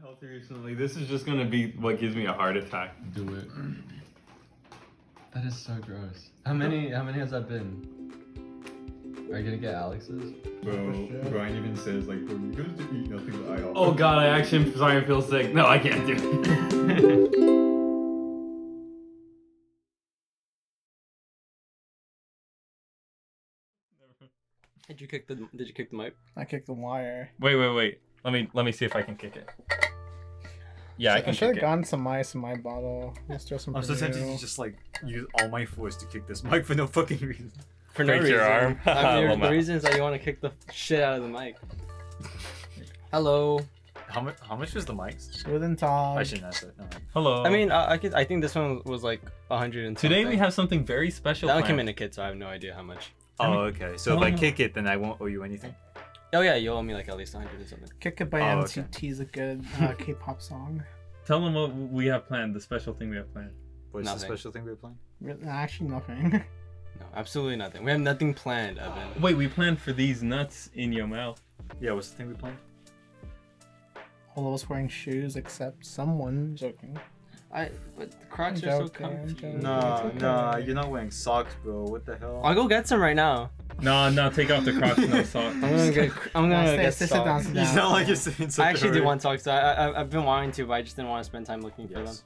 healthy recently. This is just gonna be what gives me a heart attack. Do it. That is so gross. How many? How many has that been? Are you gonna get Alex's? Bro, shit. Brian even says like, "Bro, you guys to eat nothing but iron." Oh god, I actually am sorry I feel sick. No, I can't do it. Did you kick the Did you kick the mic? I kicked the wire. wait, wait, wait. Let me let me see if I can kick it. Yeah, I I can should have kick it. gotten some ice in my bottle. Let's throw Oh, some. I'm so tempted Pernil. to just like use all my force to kick this mic for no fucking reason. For Break your arm. Oh, I mean, Well, the man. reason is that you want to kick the shit out of the mic. Hello. How much? How much was the mics? Within time. I shouldn't ask that. No, Hello. I mean, I I, could, I think this one was like 100 and Oh. today we something. have something very special. that one came planned. in a kit, so I have no idea how much. Oh, okay. So if Why I not? kick it, then I won't owe you anything. Oh yeah, you owe me like at least 100 and something. Kick it by Oh, okay. NCT is a good uh, K-pop song. Tell them what we have planned. The special thing we have planned. What's the Nothing. special thing we were playing? Really- Actually, nothing. No, absolutely nothing. We have nothing planned, Evan. Wait, we planned for these nuts in your mouth. Yeah, what's the thing we playing? All of us wearing shoes except someone. Joking. I but the Crocs I'm are so joking, I'm comfy. joking. No. Nah, It's okay. nah, you're not wearing socks, bro. What the hell? I'll go get some right now. No, no, take off the Crocs, no socks. I'm gonna get. I'm Uh, gonna stay- get stay- sit socks. down, sit You down. sound like you're saying something. I actually do already. want socks. I, I I've been wanting to, but I just didn't want to spend time looking for them. Yes.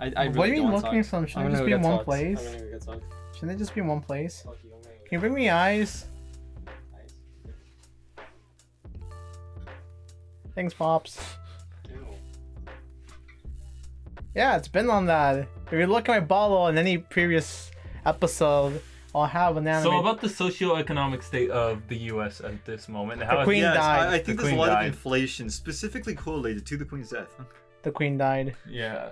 I, I really what do you don't mean want looking socks. for them? I'm gonna Shouldn't they just go be get in one socks. place? I'm gonna go get socks. Shouldn't they just be in one place? Fuck you, I'm gonna go Can you bring me ice? get ice. Thanks, pops. Ew. Yeah, it's been on that. If you look at my bottle in any previous episode, I'll have an anime. So about the socioeconomic state of the U.S. at this moment, how Queen Yes, died. I, I think The there's a queen lot died. of inflation specifically correlated to the queen's death. the queen died. yeah,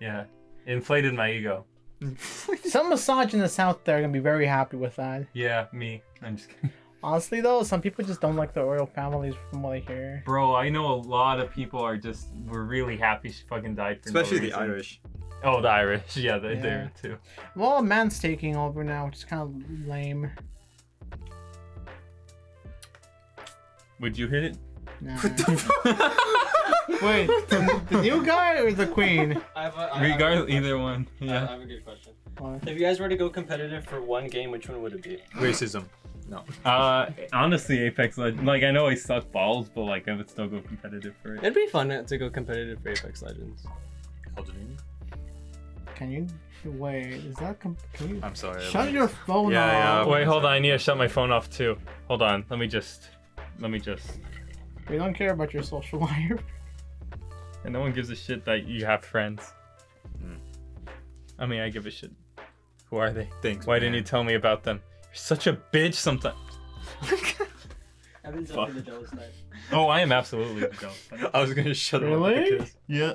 yeah, inflated my ego. Some misogynists out there are gonna be very happy with that. Yeah, me. I'm just kidding, Honestly, though, some people just don't like the royal families, from what I hear. bro. I know a lot of people are just were really happy she fucking died for no Especially the reason. Irish. Oh, the Irish. Yeah, they they're too. Well, man's taking over now, which is kind of lame. Would you hit it? Nah. Wait, the, the new guy or the queen? I have a, I Regardless, have a good either one. question. I I Yeah. have a good question. What? If you guys were to go competitive for one game, which one would it be? Racism. No. Uh, honestly, Apex Legends. Like, I know I suck balls, but like, I would still go competitive for it. It'd be fun to go competitive for Apex Legends. Elden Ring? Can you wait? Is that com- can you? I'm sorry. Shut your phone Yeah, yeah, off. Wait, hold on. I need to shut my phone off too. Hold on. Let me just. Let me just. We don't care about your social life. And no one gives a shit that you have friends. Hmm. I mean, I give a shit. Who are they? Thanks. Why didn't you tell me about them? You're such a bitch sometimes. Evan's Fuck. the jealous type. Oh, I am absolutely the ghost. I was gonna shut him up. with a Really? kiss. Yeah.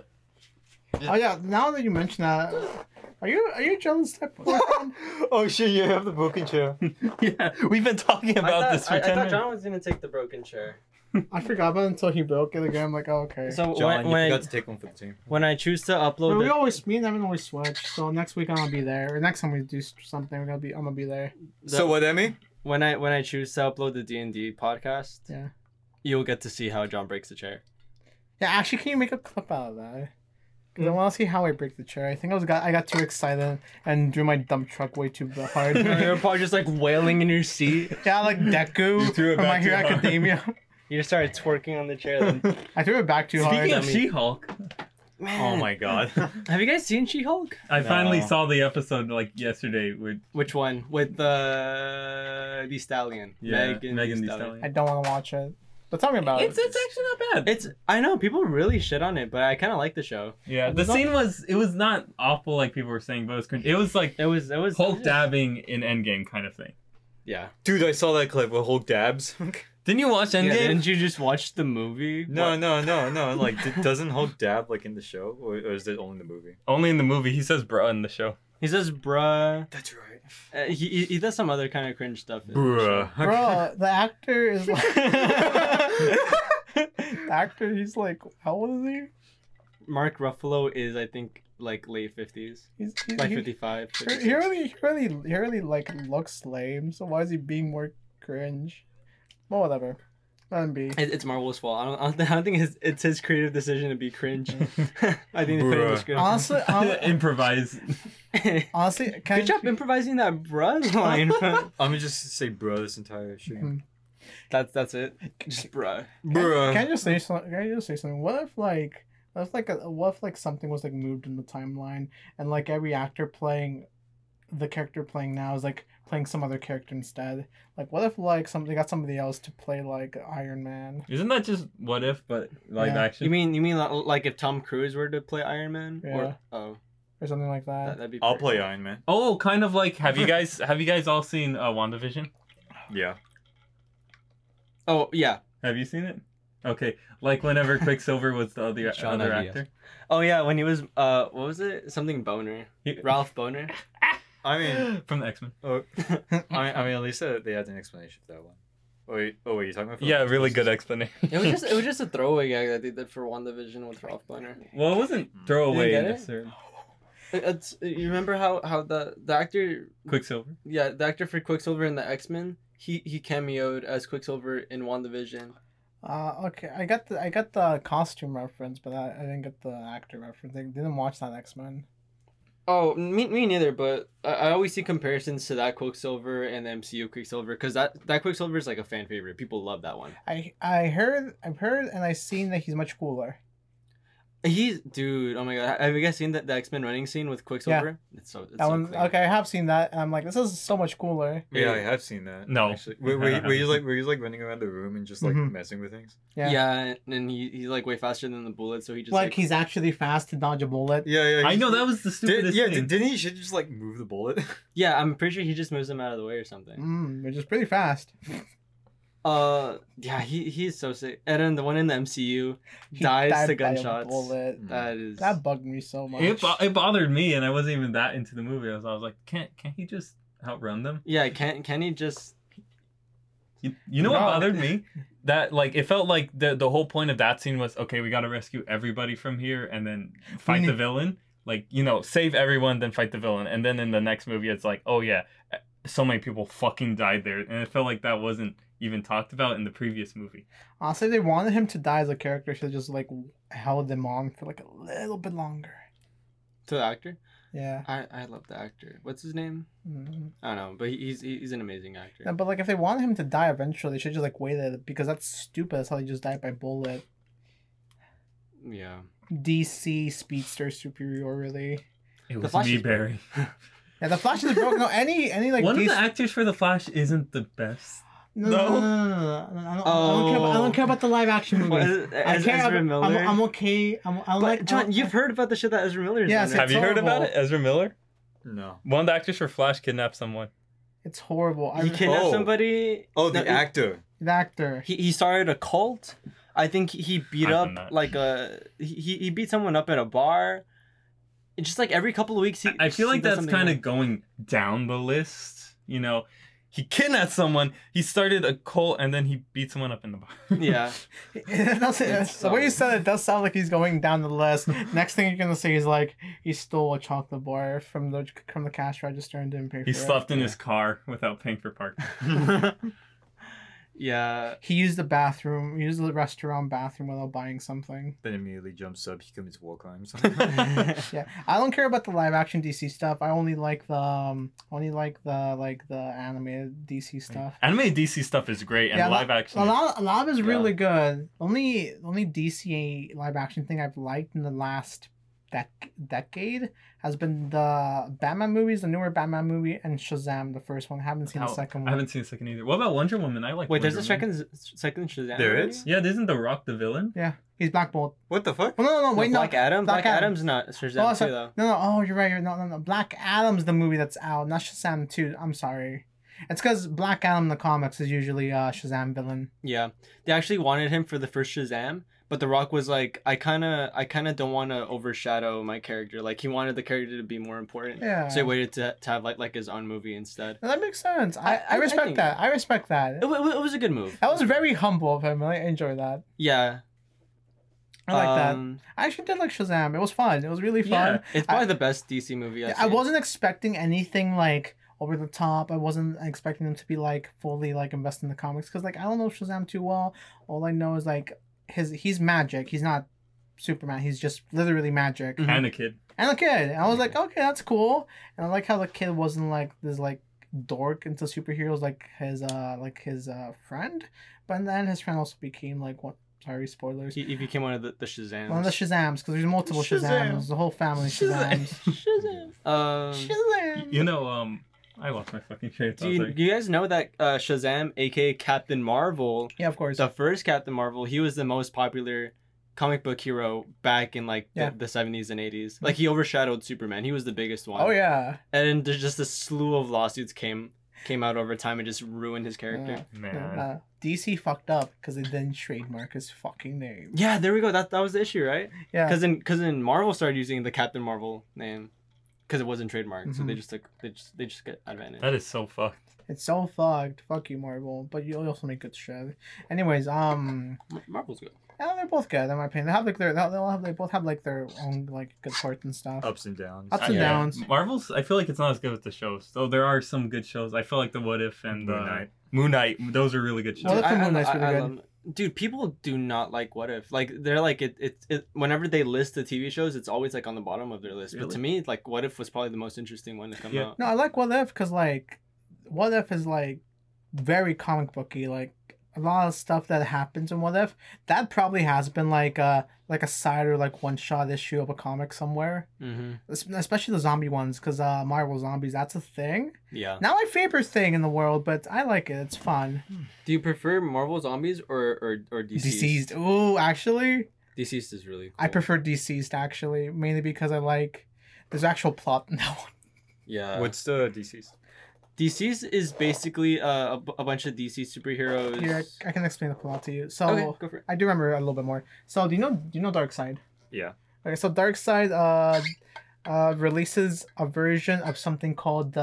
Oh yeah. Now that you mention that, are you are you jealous? Type of person? Oh shit! You have the broken chair. yeah. We've been talking I about thought, this for I, I ten thought minutes. John was gonna take the broken chair. I forgot about it until he broke it again. I'm like, oh, okay. So John, when you when, forgot to take one for the team. when I choose to But upload, we the, always me and Evan always switch. So next week I'm gonna be there. Or next time we do s- something, we're gonna be I'm gonna be there. the- So what, Emmy? when I when I choose to upload the D and D podcast, Yeah. you'll get to see how John breaks the chair. Yeah, actually, can you make a clip out of that? Because I want to see how I break the chair. I think I was got I got too excited and drew my dump truck way too b- hard. You're probably just like wailing in your seat. yeah, like Deku You threw it from back My Hero too hard. Academia. You just started twerking on the chair. Then. I threw it back too Speaking hard. of She-Hulk, Man, Oh my god. Have you guys seen She Hulk? I No. finally saw the episode like yesterday with Which one? With uh, the the stallion. yeah, Megan, Megan Thee Thee Stallion. I don't want to watch it. But tell me about It's it. it's actually not bad. It's I know people really shit on it, but I kind of like the show. yeah, the it's not- scene was it was not awful like people were saying, but it was cringe. It was like It was it was Hulk dabbing in Endgame kind of thing. Yeah. Dude, I saw that clip with Hulk dabs. Didn't you watch yeah. Endgame? Didn't you just watch the movie? no, What- no, no, no. Like, d- doesn't Hulk dab like in the show, or, or is it only in the movie? Only in the movie. He says "bruh" in the show. He says bruh. That's right. Uh, he, he he does some other kind of cringe stuff. in the show. Bruh. Bro, the actor is like the actor. He's like, how old is he? Mark Ruffalo is I think like late fifties, He's, he's like he- 55, He 56. he really, he really, he really like looks lame. So why is he being more cringe? Well, whatever. That'd be. It, it's Marvel's fault. I don't. I don't think, I don't think it's, it's his creative decision to be cringe. I think they put it in the Bruh. script. Honestly, hon- Improvise. honestly, can Good job improvising that bruh line. I'm gonna just say bro this entire stream. that's that's it. Just bruh. Bruh. Can I Uh-huh. just say something? Can I just say something? What if like, what if like, a, what if like something was like moved in the timeline, and like every actor playing, the character playing now is like playing some other character instead. Like, what if like somebody got somebody else to play like Iron Man? Isn't that just what if, but live Yeah. action? You mean you mean li- like if Tom Cruise were to play Iron Man? Or, oh, Or something like that, that. that'd be. I'll pretty- play Iron Man. Oh, kind of like have you guys have you guys all seen uh, WandaVision? Yeah. Oh yeah. Have you seen it? Okay, like whenever Quicksilver was the other, Sean other Ideas. actor. Oh yeah. When he was uh, what was it? Something boner. He- Ralph Boner. I mean, from the X Men. oh, I mean, I mean, at least uh, they had an explanation for that one. Oh wait, oh wait, you're talking about? for- Yeah, really good explanation. It was just it was just a throwaway gag that they did for WandaVision with Ralph Boner. well, it wasn't You throwaway get it? necessarily. It- It's uh, you remember how how the the actor Quicksilver. yeah the actor for Quicksilver in the X Men he he cameoed as Quicksilver in WandaVision. Uh, okay, I got the I got the costume reference, but I, I didn't get the actor reference. I didn't watch that X Men. Oh, me, me neither. But I, I always see comparisons to that Quicksilver and the MCU Quicksilver because that that Quicksilver is like a fan favorite. People love that one. I I heard I've heard and I seen that he's much cooler. He's dude. Oh my god, have you guys seen that the X Men running scene with Quicksilver? It's so it's That so one, clean. okay, I have seen that, and I'm like, this is so much cooler. Yeah, I have seen that. No. Mm-hmm. actually. Were, were, you- were you like were you like running around the room and just like Mhm. messing with things? Yeah. Yeah. and he, he's like way faster than the bullet, so he just like, like, he's actually fast to dodge a bullet. Yeah, yeah. I he- know that was the Did, stupidest yeah, thing. did, didn't he should just like move the bullet? yeah. I'm pretty sure he just moves him out of the way or something. Mm, which is pretty fast. Uh, yeah, he he's so sick. And then the one in the MCU He dies died by to a gunshots. bullet. That is That bugged me so much. it, bo- it bothered me, and I wasn't even that into the movie. I was, I was like, can't can't he just outrun them? yeah. Can can he just? You, you know what No. bothered me? That like it felt like the the whole point of that scene was okay, we gotta rescue everybody from here and then fight need- the villain. Like you know, save everyone, then fight the villain, and then in the next movie, it's like, oh yeah, eh, so many people fucking died there, and it felt like that wasn't even talked about in the previous movie. Honestly, they wanted him to die as a character, so just like held him on for like a little bit longer. To the actor, Yeah. I, I love the actor. What's his name? Mm. I don't know, but he's he's an amazing actor. No, but like, if they wanted him to die eventually, they should just like waited because that's stupid. That's how he just died by bullet. Yeah. DC speedster superiority. It was Flash me, is- Barry. Yeah, the Flash is broken. No, any any like One DC of the actors for the Flash isn't the best. No, no, no, No. no, no, no, no, I don't, I don't care about, I don't care about the live action Well, movies. Ez- I Ez- care. Ezra I'm, Miller. I'm, I'm okay. I'm, I But, like John, you've heard about the shit that Ezra Miller is Yes, on. Have Right? you heard about horrible. Ezra Miller? no. One of the actors for Flash kidnapped someone. It's horrible. I, He kidnapped Oh. somebody. Oh, the No, he- actor. the actor. He, he started a cult. I think he- he beat I've done up that. like a he, he he beat someone up at a bar. It's just like every couple of weeks, he, I feel he like does that's something kind wrong. of going down the list. You know, he kidnapped someone, he started a cult, and then he beat someone up in the bar. yeah. It doesn't- It's the way you so- said it does sound like he's going down the list. Next thing you're gonna say is like he stole a chocolate bar from the from the cash register and didn't pay for he it. slept in his car without paying for parking. yeah. He used the bathroom. He used the restaurant bathroom without buying something. Then immediately jumps up. He commits war crimes. Yeah, I don't care about the live action DC stuff. I only like the um, only like the like the animated DC stuff. Anime DC stuff is great, and Yeah, live action. A lot, a lot is Yeah. really good. Only, only DC live action thing I've liked in the last dec- decade has been the Batman movies, the newer Batman movie, and Shazam, the first one. haven't seen the How- second Oh, I one. haven't seen the second either. What about Wonder Woman? I like. Wait, there's Wonder a Woman. second second Shazam. There already? is? Yeah, isn't The Rock the villain? He's Black Bolt. what the fuck? Oh, no, no, no, No, wait, no, Black Adam. Black, Black Adam. Adam's not Oh, Shazam too sorry. though. no, no. Oh, you're right. You're no, no, no. Black Adam's the movie that's out, not Shazam two. I'm sorry. It's because Black Adam in the comics is usually uh Shazam villain. Yeah, they actually wanted him for the first Shazam, but The Rock was like, "I kind of, I kind of don't want to overshadow my character. Like he wanted the character to be more important, Yeah. so he waited to, to have like like his own movie instead. that makes sense. I, I- I, I respect think- that. I respect that. It, wa- it, wa- it was a good move. That was very humble of him. I enjoy that. yeah. I like that. um, I actually did like Shazam. It was fun. It was really Yeah. fun. It's probably the best DC movie. I've I seen. wasn't expecting anything like, over the top. I wasn't expecting them to be like fully like invested in the comics because like I don't know Shazam too well. All I know is like his he's magic. He's not Superman. He's just literally magic. Mhm. and a kid. And the kid, and I was like, okay, that's cool. And I like how the kid wasn't like this like dork into superheroes like his uh like his uh friend, but then his friend also became like what? Sorry, spoilers. He, he became one of the, the Shazams. One of the Shazams, because there's multiple Shazam. Shazams. The whole family Shazams. Shazam. Um, Y- Shazam. You know, um, I lost my fucking train of do, thought. you, there. do you guys know that uh, Shazam, aka Captain Marvel, Yeah, of course. the first Captain Marvel, he was the most popular comic book hero back in like Yeah. Mm-hmm. the, the 70s and 80s. Like he overshadowed Superman. He was the biggest one. Oh yeah. And then there's just a slew of lawsuits came came out over time and just ruined his character. Yeah. Man, Uh, DC fucked up because they didn't trademark his fucking name. Yeah, there we go. That that was the issue, right? Yeah. Because in cause in Marvel started using the Captain Marvel name because it wasn't trademarked, so they Mhm. just took they just they just got advantage. that is so fucked. It's so fucked. Fuck you, Marvel. But you also make good shit. Anyways, um, Mar- Marvel's good. yeah, they're both good in my opinion. They have like their they will have they both have like their own like good parts and stuff. Ups and downs. Ups and Yeah. downs. Marvel's. I feel like it's not as good as the shows. Though there are some good shows. I feel like the What If and Moon uh, Knight. Moon Knight. Those are really good What shows. If and Moon Knight's really good. love- Dude, people do not like What If. Like they're like it, it it whenever they list the TV shows, it's always like on the bottom of their list. But to me, like What If was probably the most interesting one to come Yeah. out. No, I like What If because like, What If is like very comic booky. Like a lot of stuff that happens in What If that probably has been like a like a side or like one shot issue of a comic somewhere. Mm-hmm. Es- Especially the zombie ones because uh, Marvel zombies that's a thing. Yeah. Not my favorite thing in the world, but I like it. It's fun. Do you prefer Marvel Zombies or or or DC's? Deceased. Ooh, actually, Deceased is really. Cool. I prefer deceased actually mainly because I like there's actual plot in that one. Yeah. What's the DC's? DC's is basically uh, a, bu- a bunch of DC superheroes. Here, I I can explain the plot to you. So. Okay, go for it. I do remember a little bit more. So do you know do you know Dark Side? Yeah. Okay, so Dark Side uh uh releases a version of something called the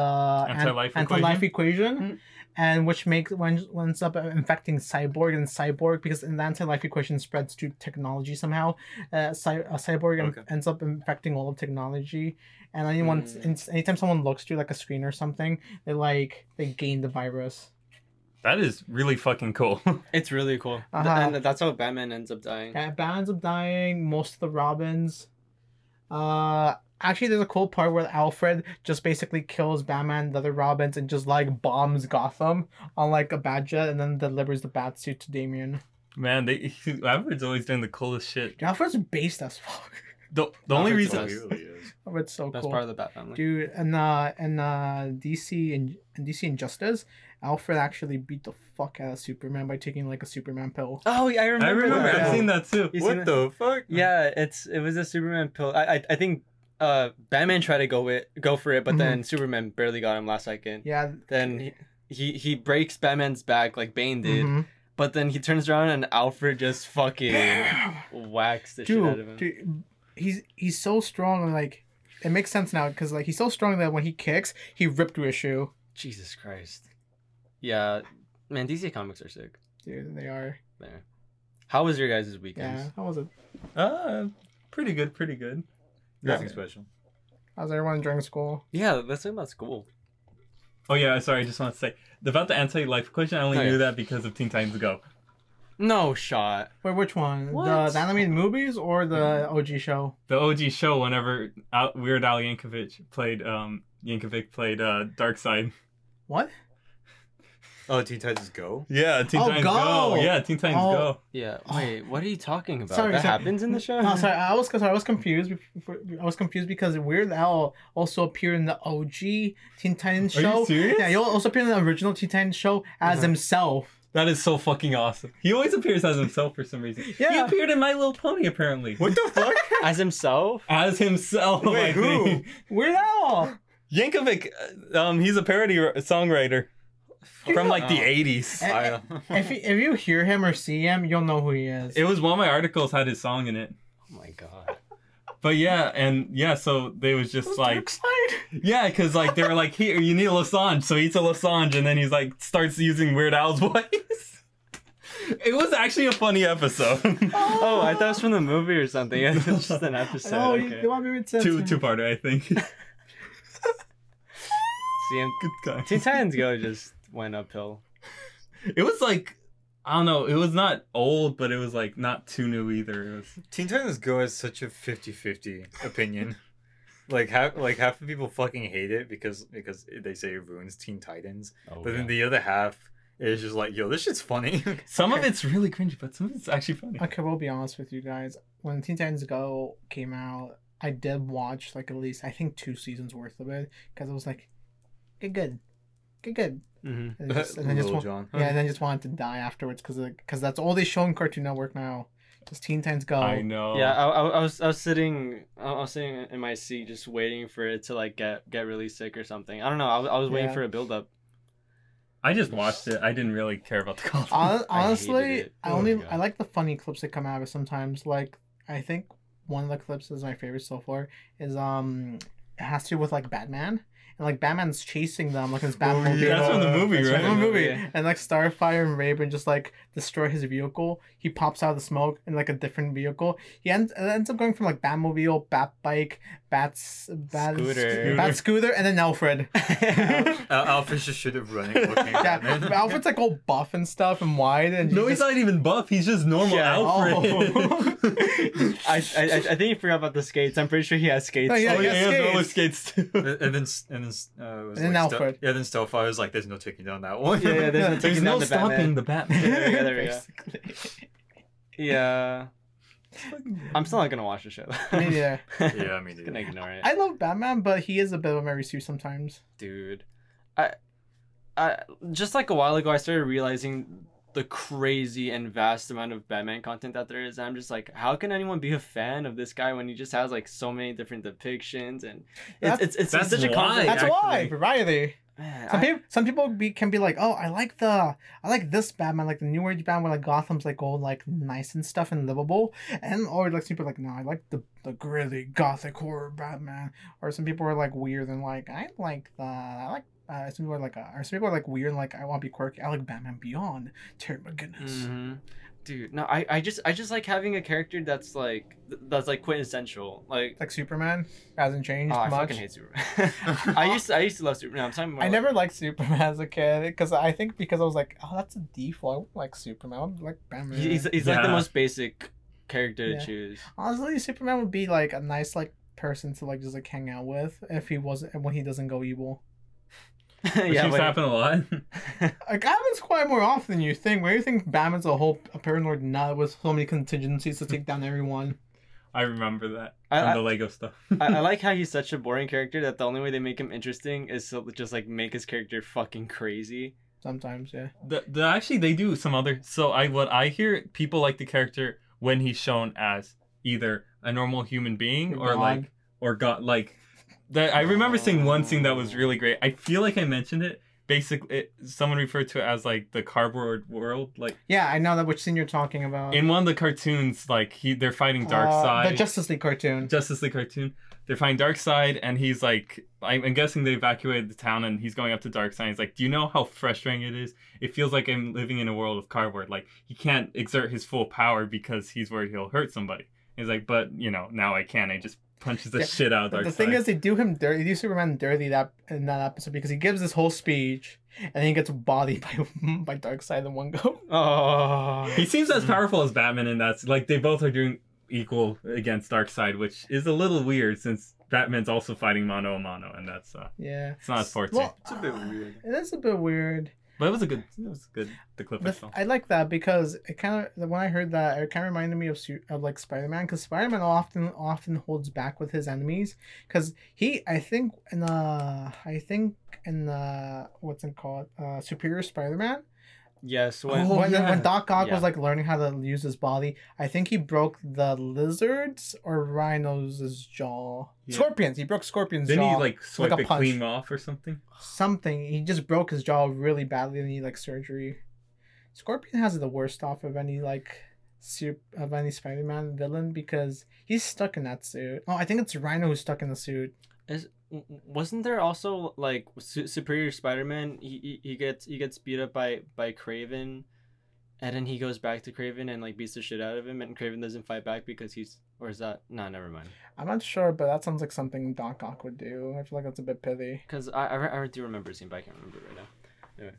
Anti-life life equation. Mhm. And which makes when ends up infecting Cyborg and Cyborg because in the anti-life equation spreads to technology somehow. Uh, Cy- uh Cyborg en- Okay. ends up infecting all of technology, and anyone Mm. ins- anytime someone looks through like a screen or something, they like they gain the virus. That is really fucking cool. It's really cool. Th- Uh-huh. And that's how Batman ends up dying. Yeah, Batman ends up dying. Most of the Robins. Uh, actually, there's a cool part where Alfred just basically kills Batman, the other Robins, and just like bombs Gotham on like a bat jet, and then delivers the bat suit to Damien. Man, they Alfred's always doing the coolest shit. Dude, Alfred's based as fuck. The, the only Alfred's reason always- Alfred's so Best cool. part of the Bat family. Dude, and uh, and uh, DC and and DC Injustice, Alfred actually beat the fuck out of Superman by taking like a Superman pill. Oh, yeah, I I remember. remember that. I've seen that too. You seen What it? the fuck? Yeah, it's it was a Superman pill. I I, I think uh, Batman tried to go it go for it, but then Superman barely got him last second. Mm-hmm. Yeah. Then he, he he breaks Batman's back like Bane did, mhm. but then he turns around and Alfred just fucking whacks the shit out of him. dude, dude, he's he's so strong. and, Like it makes sense now because like he's so strong that when he kicks, he ripped through his shoe. Jesus Christ. Yeah, man, DC comics are sick. Dude, they are. There. How was your guys' weekends? Yeah, how was it? Uh, pretty good, pretty good. Nothing Yeah. special. How's everyone enjoying school? Yeah, let's talk about school. Oh yeah, sorry. I just want to say about the anti-life equation. I only Oh, yeah. knew that because of Teen Titans Go. No shot. Wait, which one? The, What? the animated movies or the OG show? The OG show. Whenever Al- Weird Al Yankovic played, um, Yankovic played uh, Dark Side. What? Oh, Teen Titans Go. Yeah, Teen Oh, Titans Go! Go. Yeah, Teen Titans Oh. Go. Yeah. Wait, what are you talking about? Sorry, that sorry. happens in the show? No, Oh, sorry, I was sorry, I was confused. Before, I was confused because Weird Al also appeared in the OG Teen Titans Are you show. serious? Uh-huh. Yeah, he also appeared in the original Teen Titans show as himself. That is so fucking awesome. He always appears as himself for some reason. He Yeah. appeared in My Little Pony apparently. What the fuck? As himself? Oh As himself. Wait, I who? think. Weird Al. Yankovic, uh, um, he's a parody r- songwriter from like the Oh. Eh. '80s. I, if, you- if you hear him or see him, you'll know who he is. It was one of my articles had his song in it. Oh my god. But yeah, and yeah, so they was just like, yeah, because like they were like, here, you need a Lasange, so he eats a Lasange, and then he's like starts using Weird Al's voice. It was actually a funny episode. Oh, I thought it was from the movie or something. It's just an episode. Oh, you, okay. you want me to two two parter, I think. CM Good guy. Teen Titans Go just went uphill. It was like I don't know. It was not old, but it was like not too new either. It was Teen Titans Go has such a 50-50 opinion. like half like half the people fucking hate it because because they say it ruins Teen Titans. Oh, but yeah. then the other half is just like, yo, this shit's funny. some of it's really cringy, but some of it's actually funny. Okay, we'll be honest with you guys. When Teen Titans Go came out, I did watch like at least I think two seasons worth of it because I was like, "Good, good, good, good," Mm-hmm. and, just, and then just Little wa- John. Uh, yeah, and then just wanted to die afterwards because because that's all they show on Cartoon Network now. Just Teen Titans Go. I know. Yeah, I, I, I was I was sitting I was sitting in my seat just waiting for it to like get get really sick or something. I don't know. I was, I was waiting Yeah. for a build up. I just watched it. I didn't really care about the content. Hon- I hated honestly, it. I Oh my only God. I like the funny clips that come out of it sometimes. Like I think one of the clips is my favorite so far is um it has to do with like Batman and like Batman's chasing them like his Batman. yeah. That's from the movie, That's right? from Batman movie Yeah. and like Starfire and Raven just like destroy his vehicle. He pops out of the smoke in like a different vehicle. He ends it ends up going from like Batmobile, Bat bike, Bats, Bat Scooter. Bat scooter, and then Alfred. Al- Alfred's just should have running looking at Yeah, Batman. Alfred's like all buff and stuff and wide and No, he's just- not even buff. He's just normal Yeah. Alfred. I, I I I think you forgot about the skates. I'm pretty sure he has skates. No, he yeah, Yeah, oh, he yeah, has he has roller skates too. And and then s- and then s- uh, it was And then like Star- Alfred. yeah, then Starfire was like, "There's no taking down that one." yeah, yeah, there's no There's taking no down the stopping Batman. the There Batman. we go, there we go. Yeah, I'm still not gonna watch the show. Me neither. yeah, I mean, Just gonna ignore it, I love Batman, but he is a bit of a Mary Sue sometimes. dude. I, I just like a while ago, I started realizing the crazy and vast amount of Batman content that there is. And I'm just like, how can anyone be a fan of this guy when he just has like so many different depictions and That's- it's it's, it's, that's such a why. conflict. That's actually- why variety. Man, Some I- people, some people be, can be like, "Oh, I like the, I like this Batman, like the New Age Batman, where like Gotham's like all like nice and stuff and livable," and or like some people are like, "No, I like the the gritty gothic horror Batman," or some people are like weird and like, "I like the, I like." Uh, some people are like, uh, or some people are like weird, and like I want to be quirky. I like Batman Beyond. Terry McGinnis. hmm Dude, no, I, I just I just like having a character that's like th- that's like quintessential. Like, Like Superman hasn't changed oh, I much. fucking hate Superman. I used to, I used to love Superman. No, I'm talking more. I like- never liked Superman as a kid because I think because I was like, oh, that's a default. I wouldn't like Superman. I would like Batman. He's, he's like the Yeah. most basic character Yeah. to choose. Honestly, Superman would be like a nice like person to like just like hang out with if he wasn't when he doesn't go evil. Which yeah, used to but- happen a lot. Like happens quite more often than you think. Where you think Batman's a whole a paranoid nut with so many contingencies to take down everyone. I remember that I- from I- the Lego stuff. I, I like how he's such a boring character that the only way they make him interesting is to just like make his character fucking crazy. Sometimes, yeah. The, the, actually, they do some other. So I what I hear people like the character when he's shown as either a normal human being or God. like or God like. That I remember seeing one scene that was Oh. really great. I feel like I mentioned it. Basically, it, someone referred to it as like the cardboard world. Like Yeah, I know that which scene you're talking about. in one of the cartoons, like he they're fighting Dark Uh, Side. the Justice League cartoon. Justice League cartoon. They're finding Darkseid, and he's like, I'm, I'm guessing they evacuated the town, and he's going up to Darkseid. He's like, Do you know how frustrating it is? It feels like I'm living in a world of cardboard. Like, he can't exert his full power because he's worried he'll hurt somebody. He's like, But, you know, now I can. I just punches the Yeah, shit out of But Darkseid. the thing is, they do him dirty. They do Superman dirty that in that episode because he gives this whole speech and then he gets bodied by by Darkseid in one go. Oh, he seems as powerful as Batman, and that's like they both are doing equal against Darkseid, which is a little weird since Batman's also fighting mano a mano, and that's uh, Yeah. it's not as sportsy. Well, it's a bit weird. it is a bit weird. but it was a good, it was good. The clip I But saw. I like that because it kind of when I heard that it kind of reminded me of Su- of like Spider Man because Spider Man often often holds back with his enemies because he I think in uh I think in uh what's it called uh Superior Spider Man Yes, when Oh, when, yeah. when Doc Ock Yeah. was like learning how to use his body, I think he broke the lizards or rhinos' jaw. Yeah. Scorpions. He broke scorpions' Didn't jaw. he like swipe like a it punch. clean off or something? Something. He just broke his jaw really badly and he like surgery. Scorpion has the worst off of any like suit of any Spider-Man villain because he's stuck in that suit. Oh, I think it's Rhino who's stuck in the suit. Is, w- w- wasn't there also like Su- Superior Spider-Man? He, he he gets he gets beat up by by Craven, And then he goes back to Craven and like beats the shit out of him, and Craven doesn't fight back because he's or is that no, never mind. I'm not sure, but that sounds like something Doc Ock would do. I feel like that's a bit pithy. Because I, I re- I do remember a scene, but I can't remember it right now.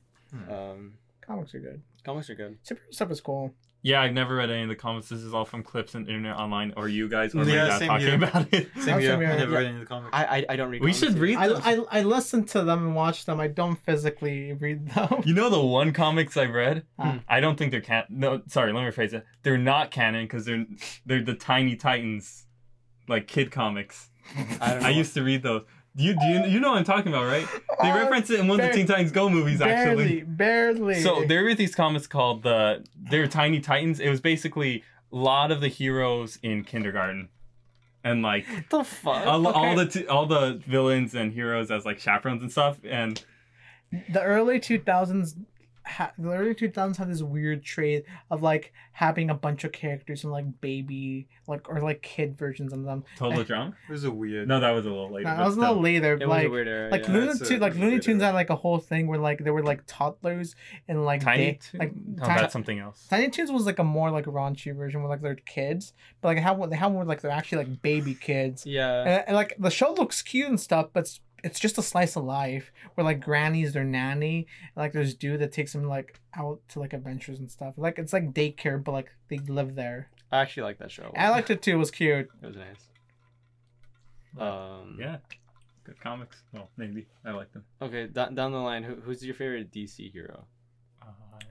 Hmm. Um, Comics are good. comics are good. Superhero stuff is cool. Yeah, I've never read any of the comments. This is all from clips and internet online, or you guys, or my Yeah, dad same talking here. about it. Same That's here. what we I are- never yeah. read any of the comics. I I, I don't read. We should comics either. read I, those. I, I listen to them and watch them. I don't physically read them. You know the one comics I've read? Hmm. I don't think they're can no sorry, let me rephrase it. They're not canon because they're they're the Tiny Titans, like kid comics. I don't know. I used to read those. You do you, you know what I'm talking about, right? They Uh, reference it in one of bar- the Teen Titans Go movies actually. barely, barely. So there were these comics called the they're Tiny Titans. It was basically a lot of the heroes in kindergarten, and like what the fuck. all, all Oh, Okay. the t- all the villains and heroes as like chaperones and stuff. And the early 2000s ha- the early 2000s had this weird trait of like having a bunch of characters and like baby like or like kid versions of them Total Drum? It was a weird. No, that was a little later. but now, that was a little still. later it but, was like a weird era. like yeah. Looney that's a- Tunes, like that's a Looney weird Tunes era. had like a whole thing where like there were like toddlers and like Tiny, day- like no, tiny, that's something else. Tiny Toons was like a more like raunchy version with like their kids, but like how they have more like they're actually like baby kids, yeah. and, and like the show looks cute and stuff, but it's, it's just a slice of life where like Granny's their nanny, and, like there's dude that takes them like out to like adventures and stuff. Like it's like daycare, but like they live there. I actually like that show. a lot. I liked it too. It was cute. It was nice. Um, Uh, yeah, good comics. Well, maybe I like them. Okay, down down the line, who, who's your favorite DC hero? Uh,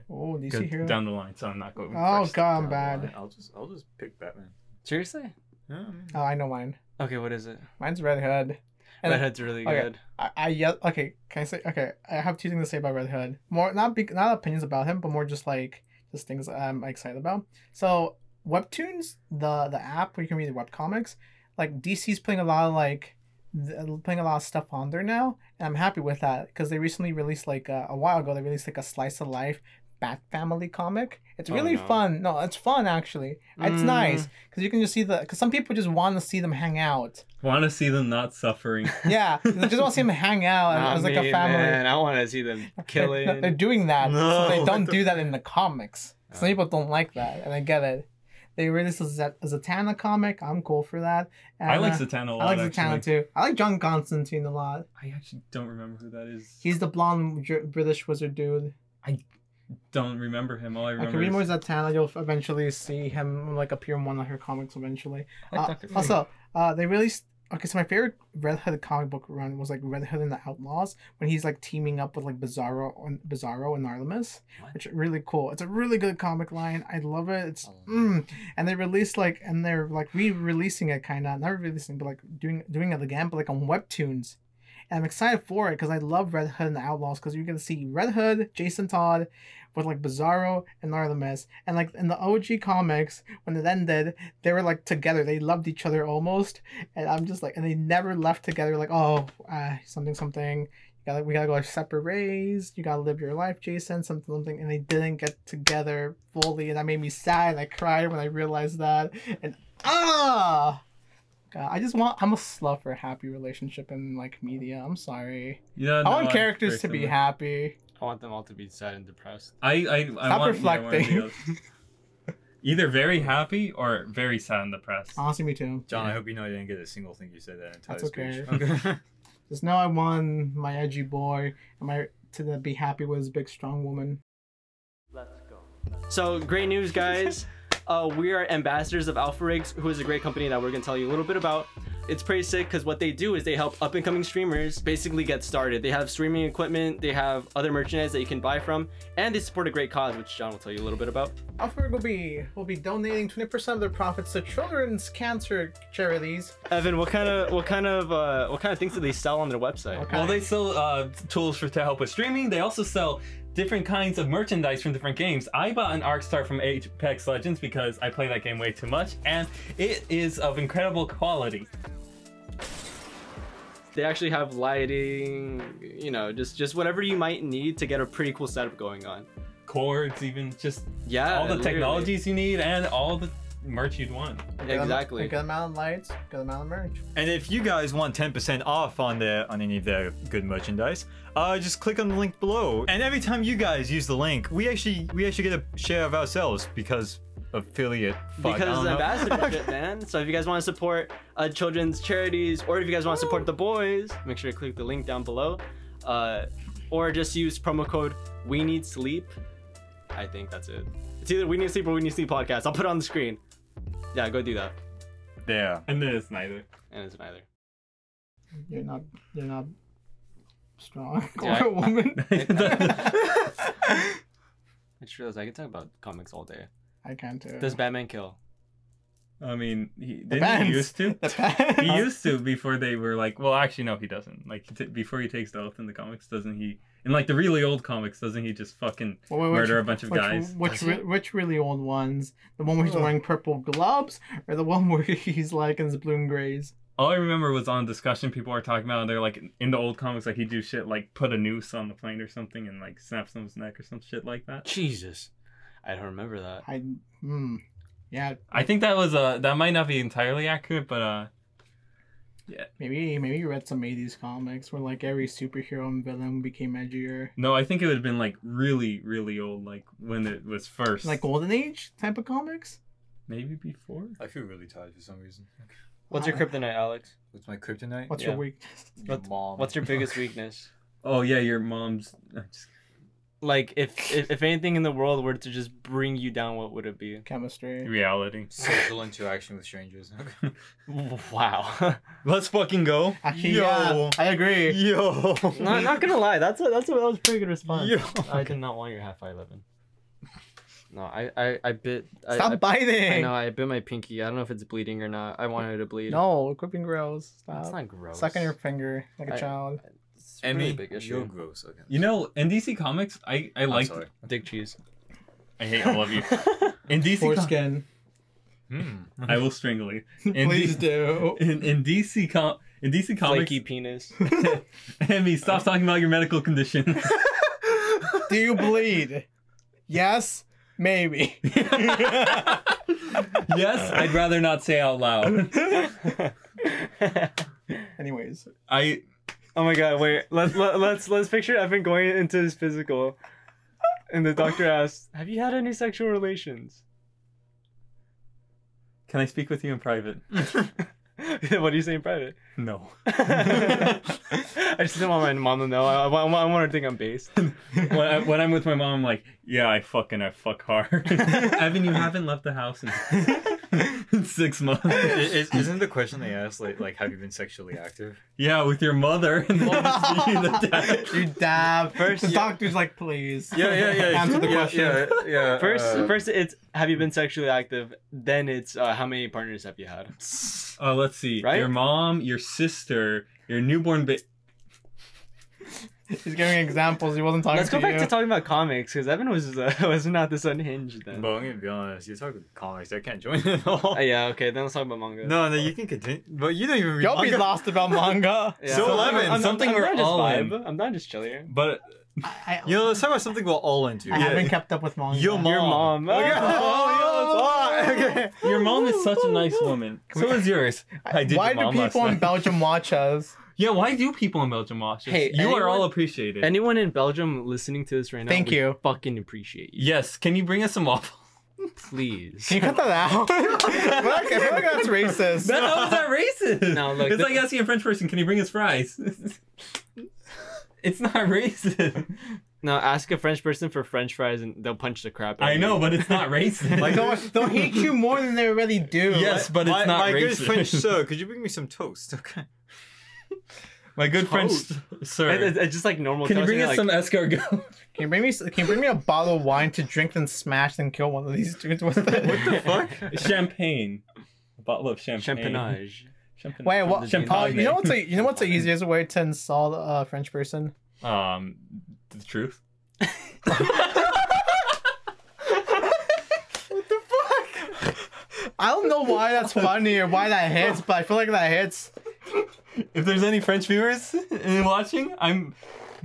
Oh, DC good- hero. down the line, so I'm not going. Oh first. god, I'm I'll- bad. I'll just I'll just pick Batman. Seriously? Yeah, I mean, Oh, I know mine. Okay, what is it? Mine's Red Hood. And- Red Hood's really okay. good. I, I yeah okay can I say okay I have two things to say about Red Hood more not be, not opinions about him but more just like just things I'm excited about so webtoons the the app where you can read the webcomics like DC's putting a lot of like th- putting a lot of stuff on there now and I'm happy with that because they recently released like uh, a while ago they released like a slice of life Bat Family comic it's Oh, really no. fun no it's fun actually it's Mm. nice because you can just see the because some people just want to see them hang out Want to see them not suffering. yeah they just want to see them hang out Not as Oh, like me, a family. Man, I want to see them They're- They're, killing. doing that. so No, they what don't the- do that in the comics. Some Oh. people don't like that, and I get it. They released a Z- a Zatanna comic. I'm cool for that. And, I like uh, Zatanna a lot. I like actually. Zatanna too. I like John Constantine a lot. I actually don't remember who that is. He's the blonde Jer- British wizard dude. Don't remember him. All I I remember. can read is- more Zatanna. You'll eventually see him like appear in one of her comics eventually. I like Uh, Dr. Fate. Also, uh, they released. Okay, so my favorite Red Hood comic book run was like Red Hood and the Outlaws when he's like teaming up with like Bizarro and Bizarro and Artemis, What? which are really cool. It's a really good comic line. I love it. It's Oh. mm. and they released like and they're like re-releasing it kind of not releasing but like doing doing it again but like on webtoons. And I'm excited for it because I love Red Hood and the Outlaws because you're gonna see Red Hood, Jason Todd, with like Bizarro and Artemis, and like in the OG comics when it ended, they were like together. They loved each other almost, and I'm just like, and they never left together. Like, oh, uh, something, something. You gotta, we gotta go our separate ways. You gotta live your life, Jason. Something, something. And they didn't get together fully, and that made me sad. And I cried when I realized that. And ah, God, I just want. I'm a slut for a happy relationship in like media. I'm sorry. Yeah, I no, want I'm very characters to be similar. happy. I want them all to be sad and depressed. I I, I Stop want, yeah, I want reflecting. those. Either very happy or very sad and depressed. Honestly, me too. John, I hope you know I didn't get a single thing you said that entire That's okay. speech. Okay. Just know I won my edgy boy. Am I to the be happy with this big strong woman? So great news, guys. Uh, we are ambassadors of Alpha Rigs, who is a great company that we're gonna tell you a little bit about. It's pretty sick because what they do is they help up and coming streamers basically get started. They have streaming equipment, they have other merchandise that you can buy from, and they support a great cause, which John will tell you a little bit about. Alfred will be will be donating twenty percent of their profits to children's cancer charities. Evan, what kind of what kind of uh, what kind of things do they sell on their website? Okay. Well, they sell uh, tools for to help with streaming. They also sell different kinds of merchandise from different games. I bought an Arc Star from Apex Legends because I play that game way too much, and it is of incredible quality. They actually have lighting, you know, just just whatever you might need to get a pretty cool setup going on. Cords, even just Yeah, all the literally. technologies you need, and all the merch you'd want. Exactly. Get them out in lights. Get them out in merch. And if you guys want 10% off on their on any of their good merchandise, uh, just click on the link below. And every time you guys use the link, we actually we actually get a share of ourselves because affiliate. Fuck, I because don't it's know. ambassadorship, man. So if you guys want to support uh, children's charities, or if you guys want to support the boys, make sure to click the link down below, uh, or just use promo code We Need Sleep. I think that's it. It's either We Need Sleep or We Need Sleep podcast. I'll put it on the screen. Yeah, go do that. there. And then it's neither. And it's neither. You're not. You're not strong Yeah, or a woman. I just realized I could talk about comics all day. I can't do it. Does Batman kill? I mean, he, didn't Depends. he used to? Depends. He used to before they were like, well, actually, no, he doesn't. Like he t- before he takes the oath in the comics, doesn't he? In like the really old comics, doesn't he just fucking Wait, wait, murder which- a bunch of which, guys? Which, re- which really old ones? The one where he's wearing purple gloves, or the one where he's like in his blue and grays? All I remember was on discussion people are talking about, and they're like, in the old comics, like he do shit like put a noose on the plane or something, and like snap someone's neck or some shit like that. Jesus. I don't remember that. I hmm. Yeah, I think that was uh that might not be entirely accurate, but uh maybe maybe you read some '80s comics where like every superhero and villain became edgier, no, I think it would have been like really really old, like when it was first, like Golden Age type of comics. maybe before. I feel really tired for some reason. What's your Uh, kryptonite, Alex? What's my kryptonite? What's Yeah. your weakness? your what's- mom? What's your biggest weakness? Oh yeah, your mom's. Like, if, if if anything in the world were to just bring you down, what would it be? Chemistry. Reality. social interaction with strangers? Wow. Let's fucking go. Actually, Yo. yeah, I agree. Yo. not, not gonna lie, that's a, that's a, that was a pretty good response. Yo. I did not want your half five eleven. No, I I, I bit. I, Stop I, biting. I know I bit my pinky. I don't know if it's bleeding or not. I wanted it to bleed. No, equipping gross. that's Stop. not gross. Suck on your finger like a I- child. It's a really Emmy, big you're issue. gross. Okay. You know, in DC Comics, I I I'm liked. sorry. Dick cheese. I hate all of you. In DC, Com- Foreskin. Hmm. I will strangle you. In Please D- do. In in DC com in DC Comics, Flaky penis. Emmy, stop talking about your medical conditions. Do you bleed? Yes, maybe. yes, I'd rather not say out loud. Anyways, I Oh my god, wait. Let's let, let's let's picture Evan going into his physical. And the doctor asks, "Have you had any sexual relations?" can I speak with you in private? what do you say in private? No. I just didn't want my mom to know. I, I, want- I want her to think I'm based. When, I, when I'm with my mom, I'm like, yeah, I fucking I fuck hard. Evan, you haven't left the house in, in six months. Is, isn't the question they asked like like have you been sexually active? Yeah, with your mother. And then you see the dad. you dab. First, the yeah. doctor's like, please. Answer the yeah, question. Yeah, yeah. First, uh, first it's have you been sexually active? Then it's uh, how many partners have you had? Uh, let's see. Right? Your mom, your sister, your newborn baby. He's giving examples. He wasn't talking Let's to go back you. to talking about comics because Evan was uh, was not this unhinged then. But I'm gonna be honest. You're talking comics. I can't join at all. Uh, yeah, okay. Then let's talk about manga. No, no, you can continue. But you don't even read. Y'all be manga. lost about manga. Yeah. So Eleven, something I'm, we're not just all vibe. in. I'm not just chilling. But I, I, You know, let's talk about something we're all into. I Yeah. haven't kept up with manga. Your mom. Your mom. Look at- oh, yo, it's hot. Okay. your mom is such a nice woman. So is yours. I did Why your do mom last people in night. Belgium watch us? Yeah, why do people in Belgium watch this? Hey, you are all anyone- appreciated. Anyone in Belgium listening to this right now? Thank we you. Fucking appreciate you. yes, can you bring us some waffles? Please. Can you cut that out? I feel like that's racist. No, how is that racist? No, look, it's the- like asking a French person, can you bring us fries? it's not racist. Now ask a French person for French fries and they'll punch the crap. out I of know, you. but it's not racist. Like, oh, they'll, they'll hate you more than they already do. Yes, but it's my, not my good racist. French sir, could you bring me some toast? Okay. My good French Toast. sir. It- it's, it's just like normal. can you toast, bring and us some you're like, escargot? Can you bring me? Can you bring me a bottle of wine to drink and smash and kill one of these dudes with it? What the fuck? champagne. A bottle of champagne. champanage? Champagne. Wait, what? the Oh, Champagne. you know what's a, you know what's the Champagne. easiest way to insult a French person? Um, the truth. I don't know why that's funny or why that hits, but I feel like that hits. If there's any French viewers watching, I'm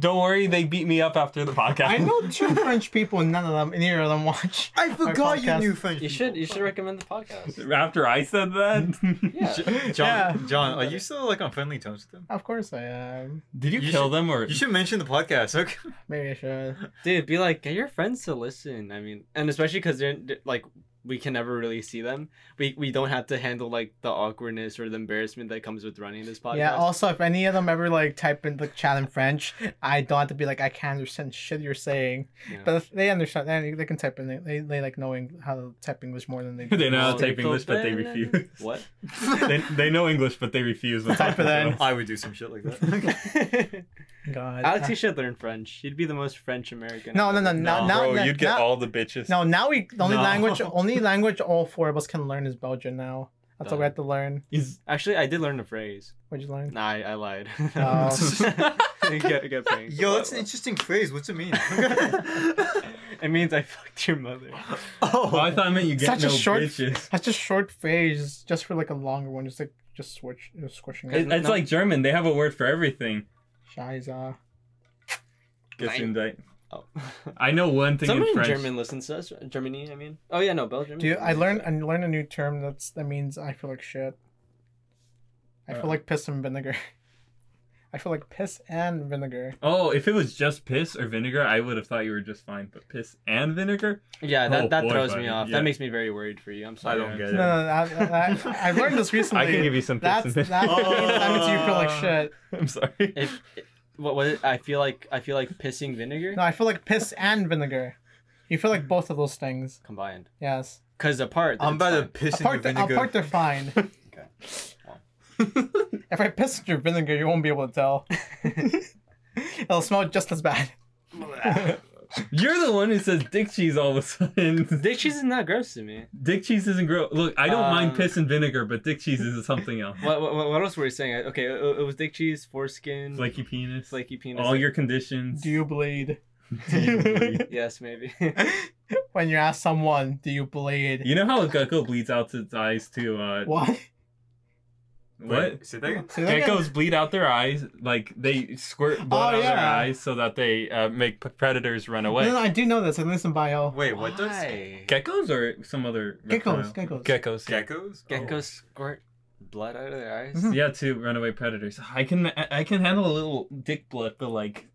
Don't worry, they beat me up after the podcast. I know two French people, and none of them, neither of them watch. I forgot you podcast. knew French. You should people. you should recommend the podcast. After I said that, Yeah. John, Yeah. John, are you still like on friendly terms with them? Of course I am. did you, You kill should- them or? You should mention the podcast. Okay. Maybe I should. Dude, be like, get your friends to listen. I mean, and especially because they're they're- like, we can never really see them. We we don't have to handle like the awkwardness or the embarrassment that comes with running this podcast. Yeah. Also, if any of them ever like type in like chat in French, I don't have to be like I can't understand shit you're saying. Yeah. But if they understand. They, they can type in. They, they they like knowing how to type English more than they do. They know how to Oh, type English, but they then- refuse. What? they, they know English, but they refuse. when Type it talking to in. us. I would do some shit like that. God. Alex, Uh, you should learn French. You'd be the most French American. no, no, no, No. no, now, Bro, now, you'd get now- all the bitches. No, now we the only No. language only language all four of us can learn is Belgian now. That's what we have to learn. Is Actually, I did learn a phrase. What'd you learn? Nah, I, I lied. Oh. get, get pranked. Yo, that's an interesting phrase. What's it mean? It means I fucked your mother. oh, well, I thought I meant you get Such a no short- bitches. That's just short phrase, just for like a longer one, just like just switch, just squishing It- it. it's No. like German. They have a word for everything. Scheiße. Guess Nein. indite. Oh. I know one thing in Somebody in French. German listens to us. Germany, I mean. Oh yeah, no, Belgium. Dude, I learned I learned a new term that's that means I feel like shit. I feel Uh. like piss and vinegar. I feel like piss and vinegar. Oh, if it was just piss or vinegar, I would have thought you were just fine. But piss and vinegar? Yeah, that, Oh, that boy, throws buddy. me off. Yeah. That makes me very worried for you. I'm I sorry. don't get No, it. no, I, I, I learned this recently. I can give you some piss that's and that means, vinegar. that means you feel like shit. I'm sorry. If, it- what was it? I feel like I feel like pissing vinegar No, I feel like piss and vinegar. You feel like both of those things. combined. Yes. Cause apart. I'm about to piss in your Apart, the, vinegar. apart, they're fine. Okay. If I piss in your vinegar, you won't be able to tell. It'll smell just as bad. You're the one who says dick cheese all of a sudden. Dick cheese is not gross to me. dick cheese isn't gross. Look, I don't mind Um, piss and vinegar, but dick cheese is something else. What, what, what else were you saying? I- Okay, it, it was dick cheese, foreskin, like Flaky penis. Like flaky penis. all your conditions. Do you bleed? yes, maybe. when you ask someone, do you bleed? You know how a gecko bleeds out its eyes too. Uh, What? what? Wait, say that again? Say that again. Geckos bleed out their eyes, like they squirt blood Oh, out their yeah. eyes so that they uh, make p- predators run away. No, no, I do know this. I learned this in bio. Wait, what does Why? Geckos or some other Geckos, reptile? geckos. geckos, yeah. geckos? Oh. geckos squirt blood out of their eyes? Mhm. yeah, to runaway predators. I can I I can handle a little dick blood, but like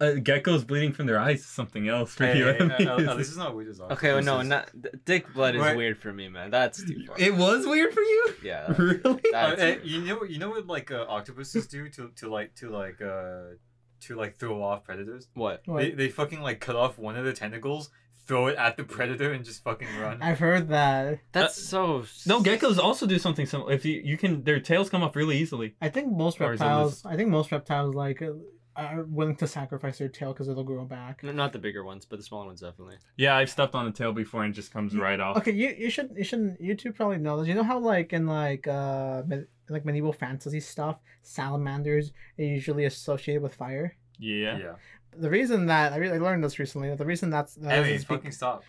uh, geckos bleeding from their eyes is something else for Hey, you. hey, hey, uh, uh, this is not weird as Okay, well, no, not th- dick blood is Right. weird for me, man. That's too far. it was weird for you, yeah. that- really? Uh, that's eh, weird. you know, what- you know what like uh, octopuses do to to like to like uh to like throw off predators. What? What? They they fucking like cut off one of the tentacles, throw it at the predator, and just fucking run. I've heard that. That's so. No, geckos also do something similar. If you you can, their tails come off really easily. I think most Or is it reptiles. I think most reptiles like uh, are willing to sacrifice their tail because it'll grow back. N- Not the bigger ones, but the smaller ones definitely. Yeah, I've stepped on a tail before and it just comes right off. Okay, you you should you should you two probably know this. You know how like in like uh med- like medieval fantasy stuff, salamanders are usually associated with fire. Yeah. yeah. The reason that I really learned this recently. that The reason that's that Anyway, is bec- fucking stop.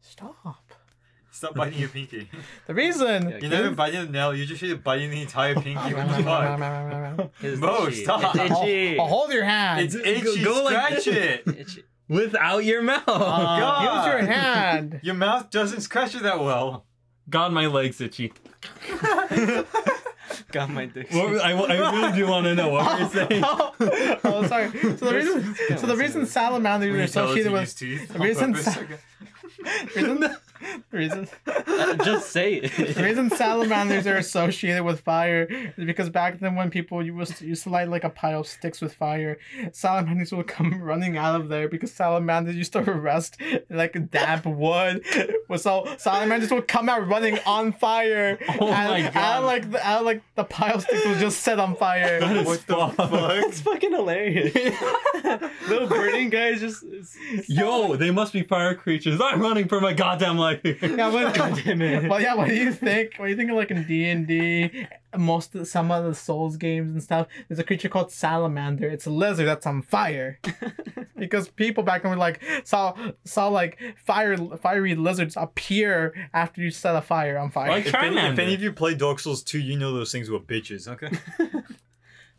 stop. Stop biting your pinky. The reason. Yeah, You're not even biting the nail. You're just really biting the entire pinky. What the fuck? It's Mo, itchy. stop. It's I'll, itchy. I'll Oh, hold your hand. It's itchy. go like scratch this. it. Itchy. Without your mouth. Uh, God. Use your hand. Your mouth doesn't scratch it that well. God, my legs itchy. Got my dick. What, I, I really do want to know what we're saying. oh, oh, sorry. So the reason, so the reason salamanders When are you tell us associated you with use teeth the on reason purpose. sa- reason, the reason, Uh, Just say it. the reason salamanders are associated with fire is because back then when people used to, used to light like a pile of sticks with fire, salamanders would come running out of there because salamanders used to rest in, like damp wood. So salamanders would come out running on fire. Oh and, my God. And like the, and, like the pile of sticks was just set on fire. That is What the fucked. fuck? It's fucking hilarious. Little burning guys just. Yo, they must be fire creatures. I'm running for my goddamn life. Yeah, but- Damn it. Well, yeah. What do you think? What do you think of like in D and D, most of, some of the Souls games and stuff? There's a creature called salamander. It's a lizard that's on fire, because people back then were like saw saw like fire fiery lizards appear after you set a fire on fire. Like- If any, if Charmander. any of you play Dark Souls 2, you know those things were bitches, okay?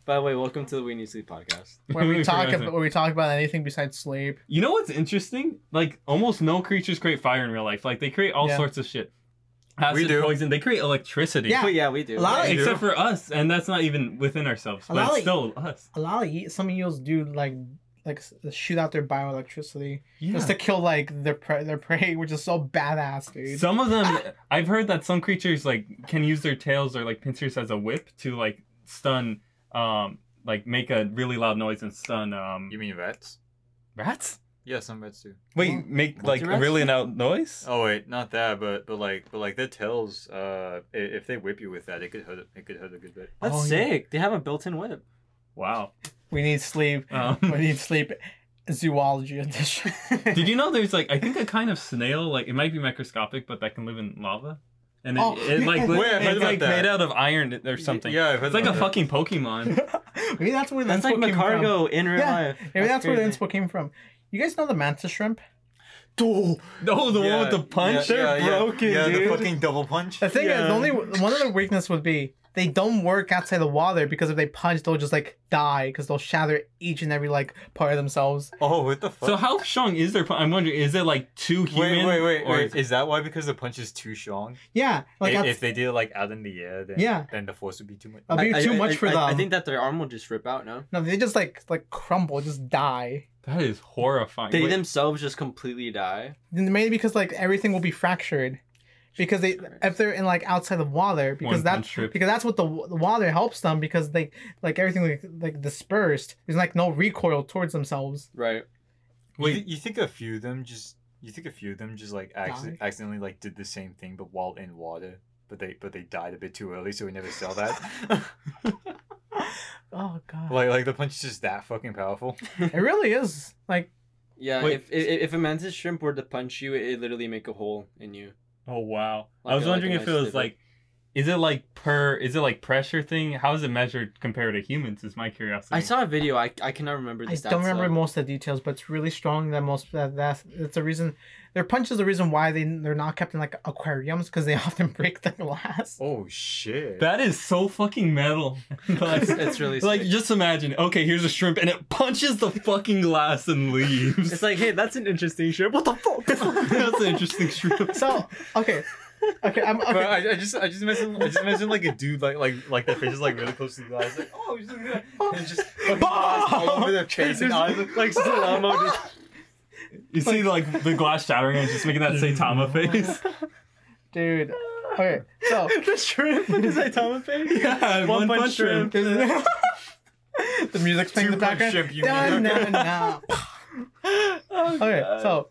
By the way, welcome to the We Need Sleep podcast. Where we We talk forgot about where we talk about anything besides sleep. You know what's interesting? Like almost no creatures create fire in real life. Like they create all Yeah. sorts of shit. Acid, do. poison. They create electricity. Yeah. But yeah, we do. A lot of- We do. Except for us, and that's not even within ourselves. But Allow it's it- still us. A lot of ye- some eels do like like s- shoot out their bioelectricity Yeah. just to kill like their pre- their prey, which is so badass, dude. Ah! Some of them, I've heard that some creatures like can use their tails or like pincers as a whip to like stun, um, like make a really loud noise and stun um You mean rats? rats. Yeah, some rats do. Wait, make What's like a a rat? really loud noise. Oh wait, not that, but but like but like their tails. Uh, i- if they whip you with that, it could hurt. It could hurt a good bit. That's Oh, yeah. sick. They have a built-in whip. Wow. we need sleep. Um, we need sleep. Zoology edition. Did you know there's like I think a kind of snail like it might be microscopic but that can live in lava, and it, Oh, it, yeah. like Wait, I've heard it's about like that. made out of iron or something. Yeah, I've heard It's like a about that. fucking Pokemon. Maybe that's where the That's like inspo came from. Macargo in real Yeah, life. Maybe that's, where the crazy. inspo came from. You guys know the mantis shrimp? No, the one Yeah, with the punch. yeah, They're yeah, yeah. broken, Yeah, dude. the fucking double punch. The thing is, Yeah. the only one of their weakness would be they don't work outside the water because if they punch, they'll just like die because they'll shatter each and every like part of themselves. Oh, what the fuck? So how strong is their? pu- I'm wondering. Is it like two wait, human? wait, wait, or wait. Is that why? Because the punch is too strong. Yeah, like I- if, that's- they did it like out in the air, then Yeah. then the force would be too much. that'll be I- I- too I- much for I- them. I think that their arm will just rip out. No, no, they just like like crumble, just die. that is horrifying. they Wait, themselves just completely die. And Mainly because like everything will be fractured because they if they're in like outside the water because One that's punch trip. because that's what the, w- the water helps them because they like everything like, like dispersed there's like no recoil towards themselves Right. Wait, you, wait. thi- you think a few of them just? You think a few of them just like acci- Die. accidentally like did the same thing, but while in water, but they but they died a bit too early, so we never saw that. oh god like like the punch is just that fucking powerful. it really is like Yeah. Wait. If, if if a mantis shrimp were to punch you, it literally make a hole in you. Oh wow. Like I was a- like wondering a if nice it was dip. like, is it like per? Is it like pressure thing? How is it measured compared to humans? Is my curiosity. I saw a video. I, I cannot remember. The I stats, don't remember though. most of the details, but it's really strong. That most that that's it's the reason their punch is the reason why they they're not kept in like aquariums because they often break the glass. Oh shit! That is so fucking metal. It's, it's really like sick. just imagine. Okay, here's a shrimp, and it punches the fucking glass and leaves. It's like, hey, that's an interesting shrimp. What the fuck? that's an interesting shrimp. So okay, okay, I'm But okay. I, I just I just imagine I just imagine like a dude like like like their face is like really close to the glass like oh he's looking at that," and just fucking glass all over their face and eyes like slow-mo just- You see, like the glass shattering and just making that Saitama face. dude. Okay, so the shrimp is Saitama face. Yeah, One Punch Shrimp. there's- the music's playing in the Two-punch background. shrimp, you Dun, mean. dun, dun. Oh, okay, so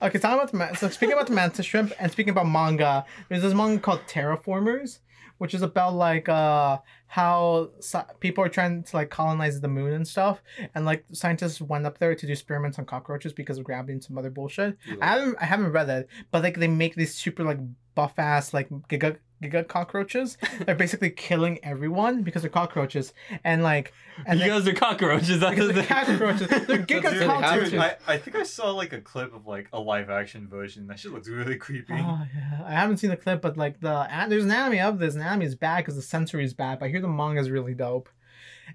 okay, talking about the man- so speaking about the mantis shrimp and speaking about manga, there's this manga called Terraformers, which is about like uh how sci- people are trying to like colonize the moon and stuff, and like scientists went up there to do experiments on cockroaches because of gravity and some other bullshit. I haven't I haven't read that, but like they make these super like buff ass like giga giga cockroaches. they're basically killing everyone because they're cockroaches, and like and you they- guys are cockroaches. That's because the they're thing. cockroaches. They're giga Dude, cockroaches. dude, I, I think I saw like a clip of like a live action version. That shit looks really creepy. Oh, yeah. I haven't seen the clip, but like the an- there's an anime of this. and The anime is bad because the sensory is bad, but I hear the manga is really dope.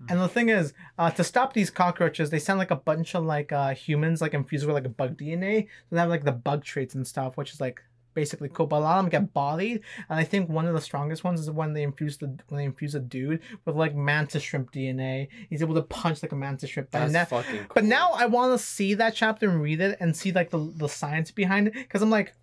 And the thing is, uh, to stop these cockroaches, they sound like a bunch of like uh, humans, like infused with like a bug DNA. So they have like the bug traits and stuff, which is like basically cool. But a lot of them get bodied, and I think one of the strongest ones is when they infuse the when they infuse a dude with like mantis shrimp DNA. He's able to punch like a mantis shrimp. That's and that, fucking. Cool. but now I want to see that chapter and read it and see like the the science behind it because I'm like,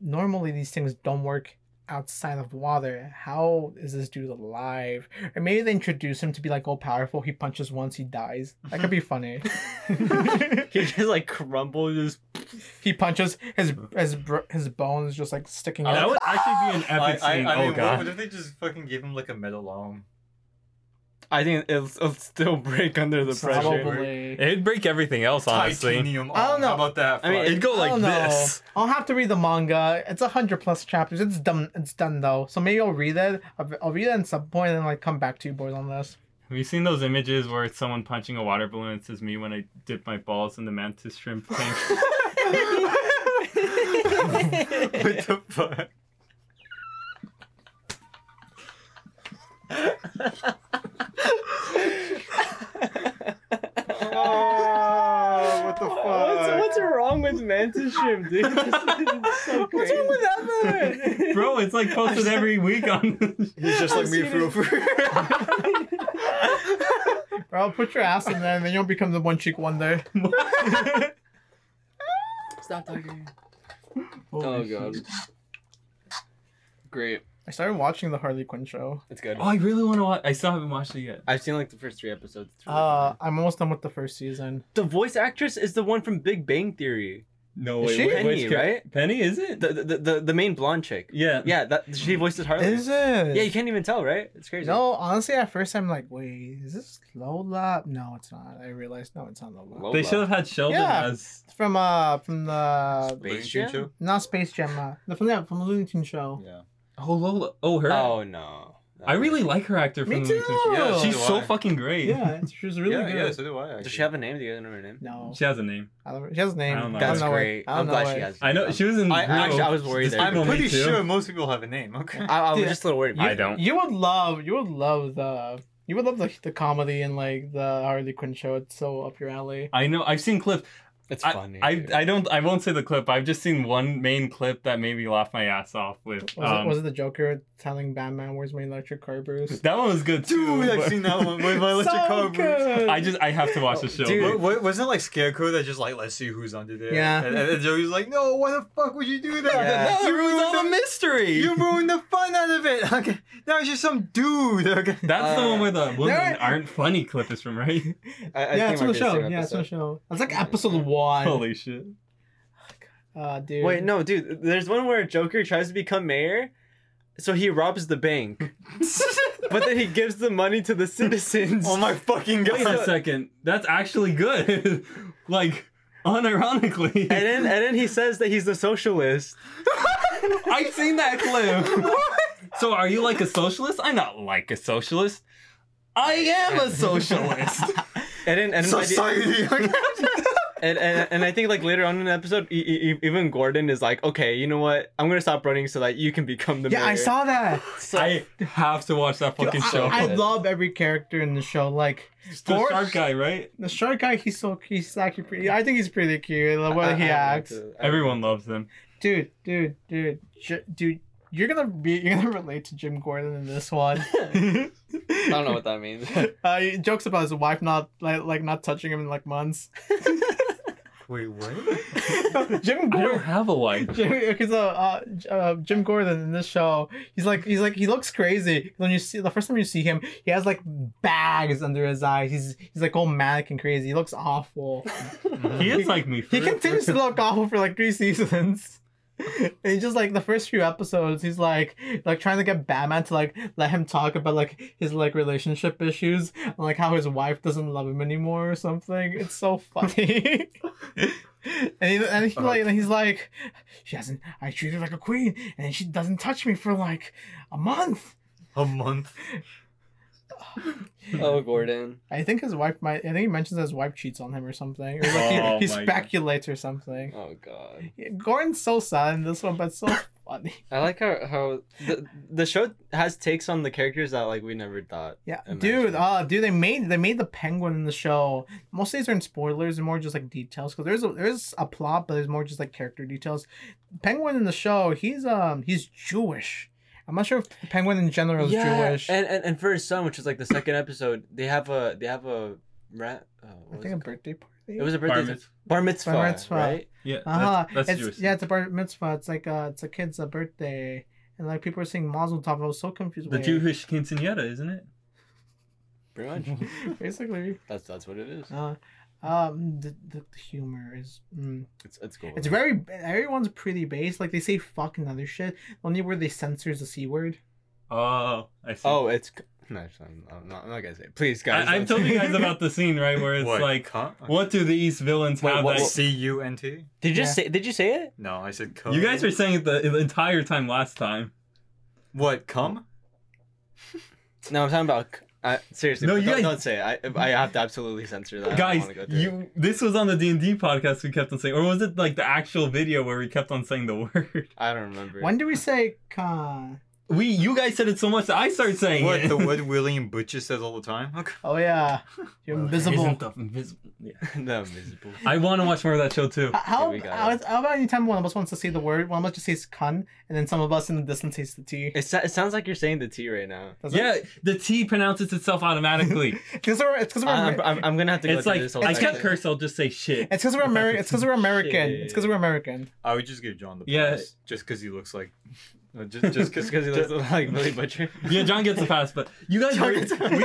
normally these things don't work outside of water. How is this dude alive? Or maybe they introduce him to be like all powerful. He punches once, he dies. That could be funny. he just like crumbles. Just he punches his his br- his bones just like sticking That out. would actually be an epic I, I, scene. I mean, oh what- god. What, if they just fucking gave him like a metal arm? I think it'll, it'll still break under the pressure. Probably. It'd break everything else, honestly. Titanium arm. I don't know. How about that? I mean, fuck? It'd go I like don't know. this. I'll have to read the manga. It's a hundred plus chapters. It's done. It's done though. So maybe I'll read it. I'll, I'll read it at some point and like come back to you boys on this. Have you seen those images where it's someone punching a water balloon? It says me when I dip my balls in the mantis shrimp tank. what the fuck? him, dude. This is so What's wrong with that man? Bro, it's like posted every week on. He's just like I've me through. seen it. Bro, put your ass in there and then you'll become the one cheek one day. Oh, Stop talking. Oh Holy god. shit. Great. I started watching the Harley Quinn show. It's good. oh, I really want to watch. I still haven't watched it yet. I've seen like the first three episodes. It's really Uh, funny. I'm almost done with the first season. the voice actress is the one from Big Bang Theory. No Is way. she? which- which Penny, char- right? Penny, is it? The the, the, the main blonde chick. yeah. Yeah, that she voices Harley. Is it? Yeah, you can't even tell, right? It's crazy. No, honestly, at first I'm like, wait, is this Lola? No, it's not. I realized, no, it's not Lola. Lola. They should have had Sheldon Yeah. as. It's from uh, from the Space Jam? not Space Jam, uh, the- from that from the Looney Tunes show. Yeah. Oh Lola. Oh her. Oh no. I really like her actor from Me the Looney Tunes show. too. Yeah, She's do so I. fucking great. Yeah, it's- she was really yeah, good. yeah, so do I. Actually. Does she have a name? Do you guys know her name? No, She has a name. I don't, she has a name. I don't know. I don't That's know it. great. I don't I'm glad know she it. has. I know she was in. I- I- Real I was worried there. Despicable I'm Me pretty Too. sure most people have a name. Okay. I, I was Yeah. just a little worried. I don't. You would love, you would love the, you would love the, the comedy and like the Harley Quinn show. It's so up your alley. I know. I've seen clips. It's funny. I, I don't. I won't say the clip. I've just seen one main clip that made me laugh my ass off with. Was, um, it, was it the Joker telling Batman, "Where's my electric car, Bruce?" that one was good too. Dude, I've but- seen that one with my electric So car. Bruce. good. I just. I have to watch the show. Dude. Wa- wa- wasn't it like Scarecrow that just like let's see who's under there? Yeah. And, and Joey's like, no, why the fuck would you do that? Yeah. You ruined the, mystery. you ruined the fun out of it. Okay, now it's just some dude. Okay. That's the Uh, one where the women there- aren't funny clip is from, right? I, I yeah, think it it's on might the be the show. same Yeah, it's on the episode. show. It's like episode one. Holy shit. Uh, dude. Wait, no, dude. There's one where Joker tries to become mayor, so he robs the bank, but then he gives the money to the citizens. Oh my fucking Wait a god. second. That's actually good. like, unironically. And then, and then he says that he's a socialist. I've seen that clip. so, are you like a socialist? I'm not like a socialist. I am a socialist. And then, and, then by the- Society. and, and, and I think like later on in the episode, e- e- e- even Gordon is like, okay, you know what? I'm gonna stop running so that you can become the Yeah, mayor. I saw that. So, I have to watch that Dude, fucking I, show. I love every character in the show. Like It's the Gor- shark guy, right? the shark guy, he's so he's actually pretty. I think he's pretty cute. The way he acts, Everyone loves him. dude, dude, dude, J- dude. You're gonna be you're gonna relate to Jim Gordon in this one. I don't know what that means. Uh, he jokes about his wife not like like not touching him in like months. Wait, what? Jim I don't Gordon. have a wife. Because uh, uh, J- uh, Jim Gordon in this show, he's like he's like he looks crazy. When you see the first time you see him, he has like bags under his eyes. He's he's like all manic and crazy. He looks awful. He is like me. for He real. continues to look awful for like three seasons. And he just like the first few episodes, he's like like trying to get Batman to like let him talk about like his like relationship issues and like how his wife doesn't love him anymore or something. It's so funny. and he, and he like and he's like, she hasn't. I treat her like a queen, and she doesn't touch me for like a month. A month. oh, Gordon. I think his wife might. I think he mentions his wife cheats on him or something. Or like he, Oh he my God. speculates or something. Oh God. Gordon's so sad in this one, but so funny. I like how how the the show has takes on the characters that like we never thought. Yeah, Imagine. dude. Uh, dude. They made they made the penguin in the show. Most of these aren't spoilers and more just like details because there's a, there's a plot, but there's more just like character details. Penguin in the show, he's um he's Jewish. I'm not sure if Penguin in general is Jewish. and, and and for his son, which is like the second episode, they have a they have a rat. Oh, I what was think a it? birthday party. it was a Bar birthday mitzvah. bar mitzvah, Bar mitzvah. right? Yeah, uh-huh. that's, that's it's, Jewish. Yeah, it's a bar mitzvah. It's like uh, it's a kid's uh birthday, and like people were saying Mazel Tov. I was so confused. the Wait, Jewish quinceanera, isn't it? Pretty Mm-hmm. much. basically. that's that's what it is. Uh, um, the, the the humor is. Mm. It's it's cool. It's very everyone's pretty base. Like they say fuck and other shit. Only where they censors the c word. Oh, I see. oh, it's no, actually, I'm, I'm not, I'm not gonna say. It. Please, guys. I, I've don't- told you guys about the scene right where it's like, huh? what do these villains Wait, have? what- that- what- C U N T? Did you just Yeah. say? Did you say it? No, I said cum. you guys were saying it the, the entire time last time. what cum? No, I'm talking about. I, seriously, No, no, you don't, guys- don't say. It. I I have to absolutely censor that. I don't guys, wanna go through it. you this was on the D and D podcast. We kept on saying, or was it like the actual video where we kept on saying the word? I don't remember. When do we say con? we you guys said it so much that I started saying What it. the word William Butcher says all the time? Okay. Oh yeah, you're invisible. Isn't the invisible- yeah. the invisible. I want to watch more of that show too. H- How, Okay, we got how, it. how about anytime one of us wants to say the word, one of us just says "cun," and then some of us in the distance says the T. It, sa- it sounds like you're saying the T right now. Does Yeah, the T pronounces itself automatically. because we're it's Uh, because we're I- I'm, Amer- I'm, I'm gonna have to go it's through like this whole I section. can't curse. I'll just say shit. it's because we're American. It's because we're American. Shit. It's because we're American. I would just give John the pass. Yeah. Just because he looks like. no, Just just Just because he looks like Billy Butcher. Yeah, John gets a pass, but you guys were, we,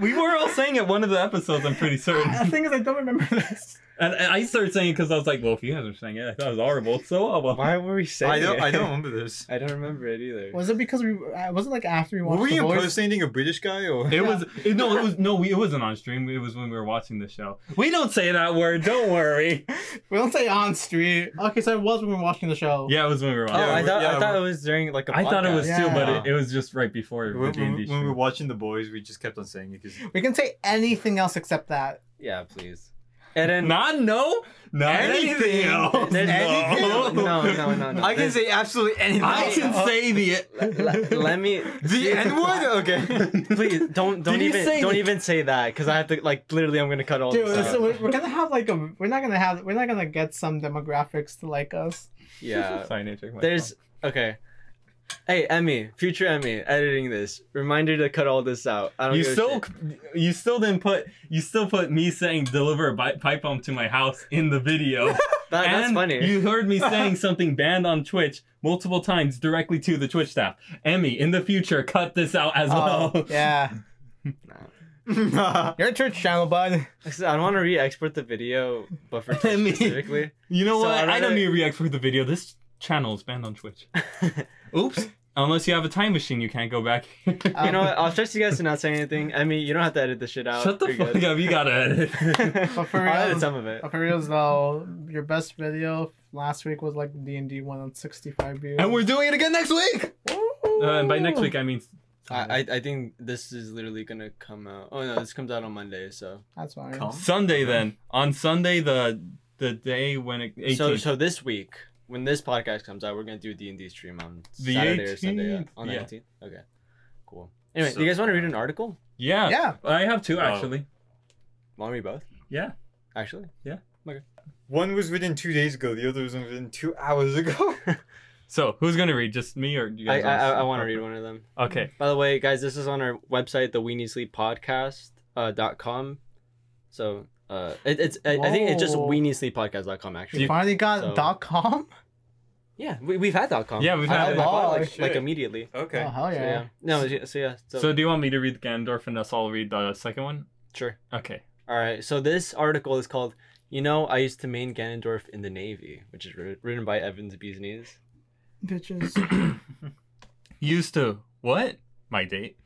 we were all saying it one of the episodes. I'm pretty certain. the thing is, I don't remember this. And, and I started saying it because I was like, well, if you guys are saying it, I thought it was horrible. So, oh well. Why were we saying I don't. it? I don't remember this. I don't remember it either. Was it because we? uh, Was it like after we Were watched we the boys? impersonating a British guy or? It was it, no, it was no, we, it wasn't on stream. It was when we were watching the show. We don't say that word. Don't worry. We don't say on street. Okay, so it was when we were watching the show. Yeah, it was when we were Oh, watching. Yeah, I we- thought yeah, I thought we- it was during like a I thought it was podcast. too, but Yeah. it, it was just right before the When, D and D when- when we were show. watching the boys, we just kept on saying it because We can say anything else except that. Yeah, please. And then Not no, not anything, Anything. else. There's- Anything. No. no, no, no, no. I can say absolutely anything. Uh, I can say the L- l- let me. the N word. Okay. Please don't don't Did you even say don't the- even say that because I have to like literally I'm gonna cut all Dude, this so out. we're, we're gonna have like a. We're not gonna have. We're not gonna get some demographics to like us. Yeah. Sorry, I need to check my Uh, There's okay. Hey Emmy, future Emmy, editing this. Reminder to cut all this out. I phone. don't. You give a still, oh, shit. you still didn't put, you still put me saying deliver a bi- pipe bomb to my house in the video. That, that's and funny. You heard me saying something banned on Twitch multiple times directly to the Twitch staff. Emmy, in the future, cut this out as Oh, well. Um, yeah. You're a church channel, bud. Actually, I want to re-export the video, but for Twitch Emmy. specifically. You know So what? I'd I don't rather- need to react for the video. This channel is banned on Twitch. Oops. Unless you have a time machine, you can't go back. Uh, You know what? I'll trust you guys to not say anything. Emmy, you don't have to edit this shit out. Shut the You're fuck good. up. You gotta edit. But for I'll real- edit some of it. But for reals though, your best video last week was like D and D one on sixty five views. and we're doing it again next week. Uh, and by next week, I mean. I, I I think this is literally gonna come out. Oh no, this comes out on Monday, so That's fine. Come. Sunday then. On Sunday, the the day when it. 18th. so so this week when this podcast comes out, we're gonna do D and D stream on The Saturday or Sunday yeah, 18th, on the yeah. uh, eighteenth. Okay, cool. Anyway, So- do you guys want to read an article? yeah. Yeah. I have two Oh. actually. Want to read both? Yeah. Actually, One was written two days ago. The other was written two hours ago. So who's gonna read? Just me or you I guys? I, I, wanna- want to read one of them. Okay. By the way, guys, this is on our website, the We Need Sleep Podcast uh, dot com. So uh, it, it's I, I think it's just Whoa. We Need Sleep Podcast dot com actually. You finally got So- dot com. yeah, we we've had dot com. Yeah, we've I- had I it. bought Oh, it, like, like shit. immediately. Okay. Oh hell So, yeah. yeah. No. So yeah. So, do you want me to read Gandorf and us all read the second one? sure. Okay. All right. So this article is called "You Know I Used to Main Ganondorf in the Navy," which is writ- written by Evans Beesnees. Bitches. Used to what? My date.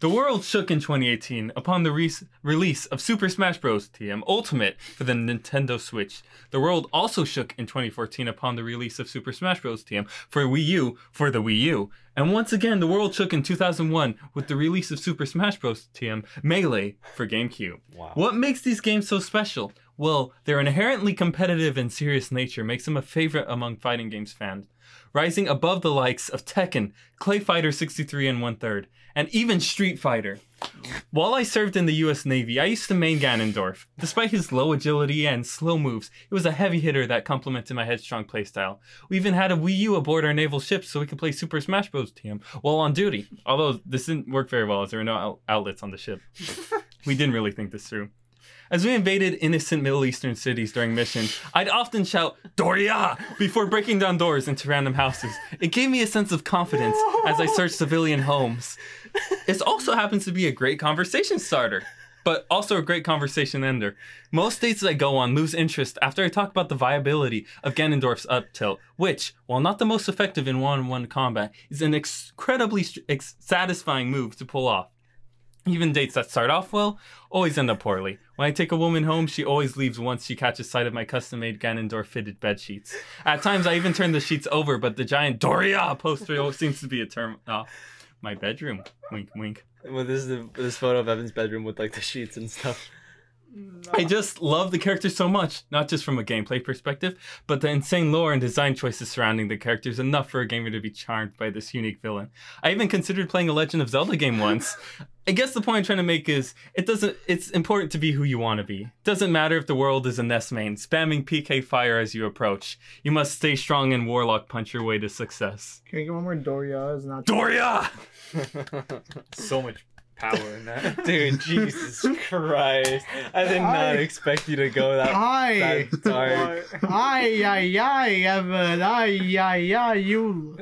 The world shook in 2018 upon the re- release of Super Smash Bros. TM Ultimate for the Nintendo Switch. The world also shook in 2014 upon the release of Super Smash Bros. TM for Wii U for the Wii U. And once again, the world shook in 2001 with the release of Super Smash Bros. TM Melee for GameCube. Wow. What makes these games so special? Well, their inherently competitive and serious nature makes them a favorite among fighting games fans, rising above the likes of Tekken, Clay Fighter 63 and one third, and even Street Fighter. While I served in the US Navy, I used to main Ganondorf. Despite his low agility and slow moves, he was a heavy hitter that complemented my headstrong playstyle. We even had a Wii U aboard our naval ship so we could play Super Smash Bros. TM while on duty, although this didn't work very well as there were no out- outlets on the ship. we didn't really think this through. As we invaded innocent Middle Eastern cities during missions, I'd often shout "Doria" before breaking down doors into random houses. It gave me a sense of confidence as I searched civilian homes. It also happens to be a great conversation starter, but also a great conversation ender. Most dates that I go on lose interest after I talk about the viability of Ganondorf's up tilt, which, while not the most effective in one-on-one combat, is an ex- incredibly st- ex- satisfying move to pull off. Even dates that start off well always end up poorly. When I take a woman home, she always leaves once she catches sight of my custom-made Ganondorf fitted bed sheets. At times, I even turn the sheets over, but the giant Doria poster always seems to be a term off my bedroom. Wink, wink. Well, this is the, this photo of Evan's bedroom with like the sheets and stuff. I just love the characters so much, not just from a gameplay perspective, but the insane lore and design choices surrounding the characters enough for a gamer to be charmed by this unique villain. I even considered playing a Legend of Zelda game once. I guess the point I'm trying to make is it doesn't it's important to be who you want to be. Doesn't matter if the world is a nest main, spamming PK fire as you approach. You must stay strong and warlock punch your way to success. Can we get one more Doria? Is not Doria! so much power in that. Dude, Jesus Christ. I did not I- expect you to go that, Hi. that dark. Ay, ay, ay, Evan. Ay, ay, ay, you.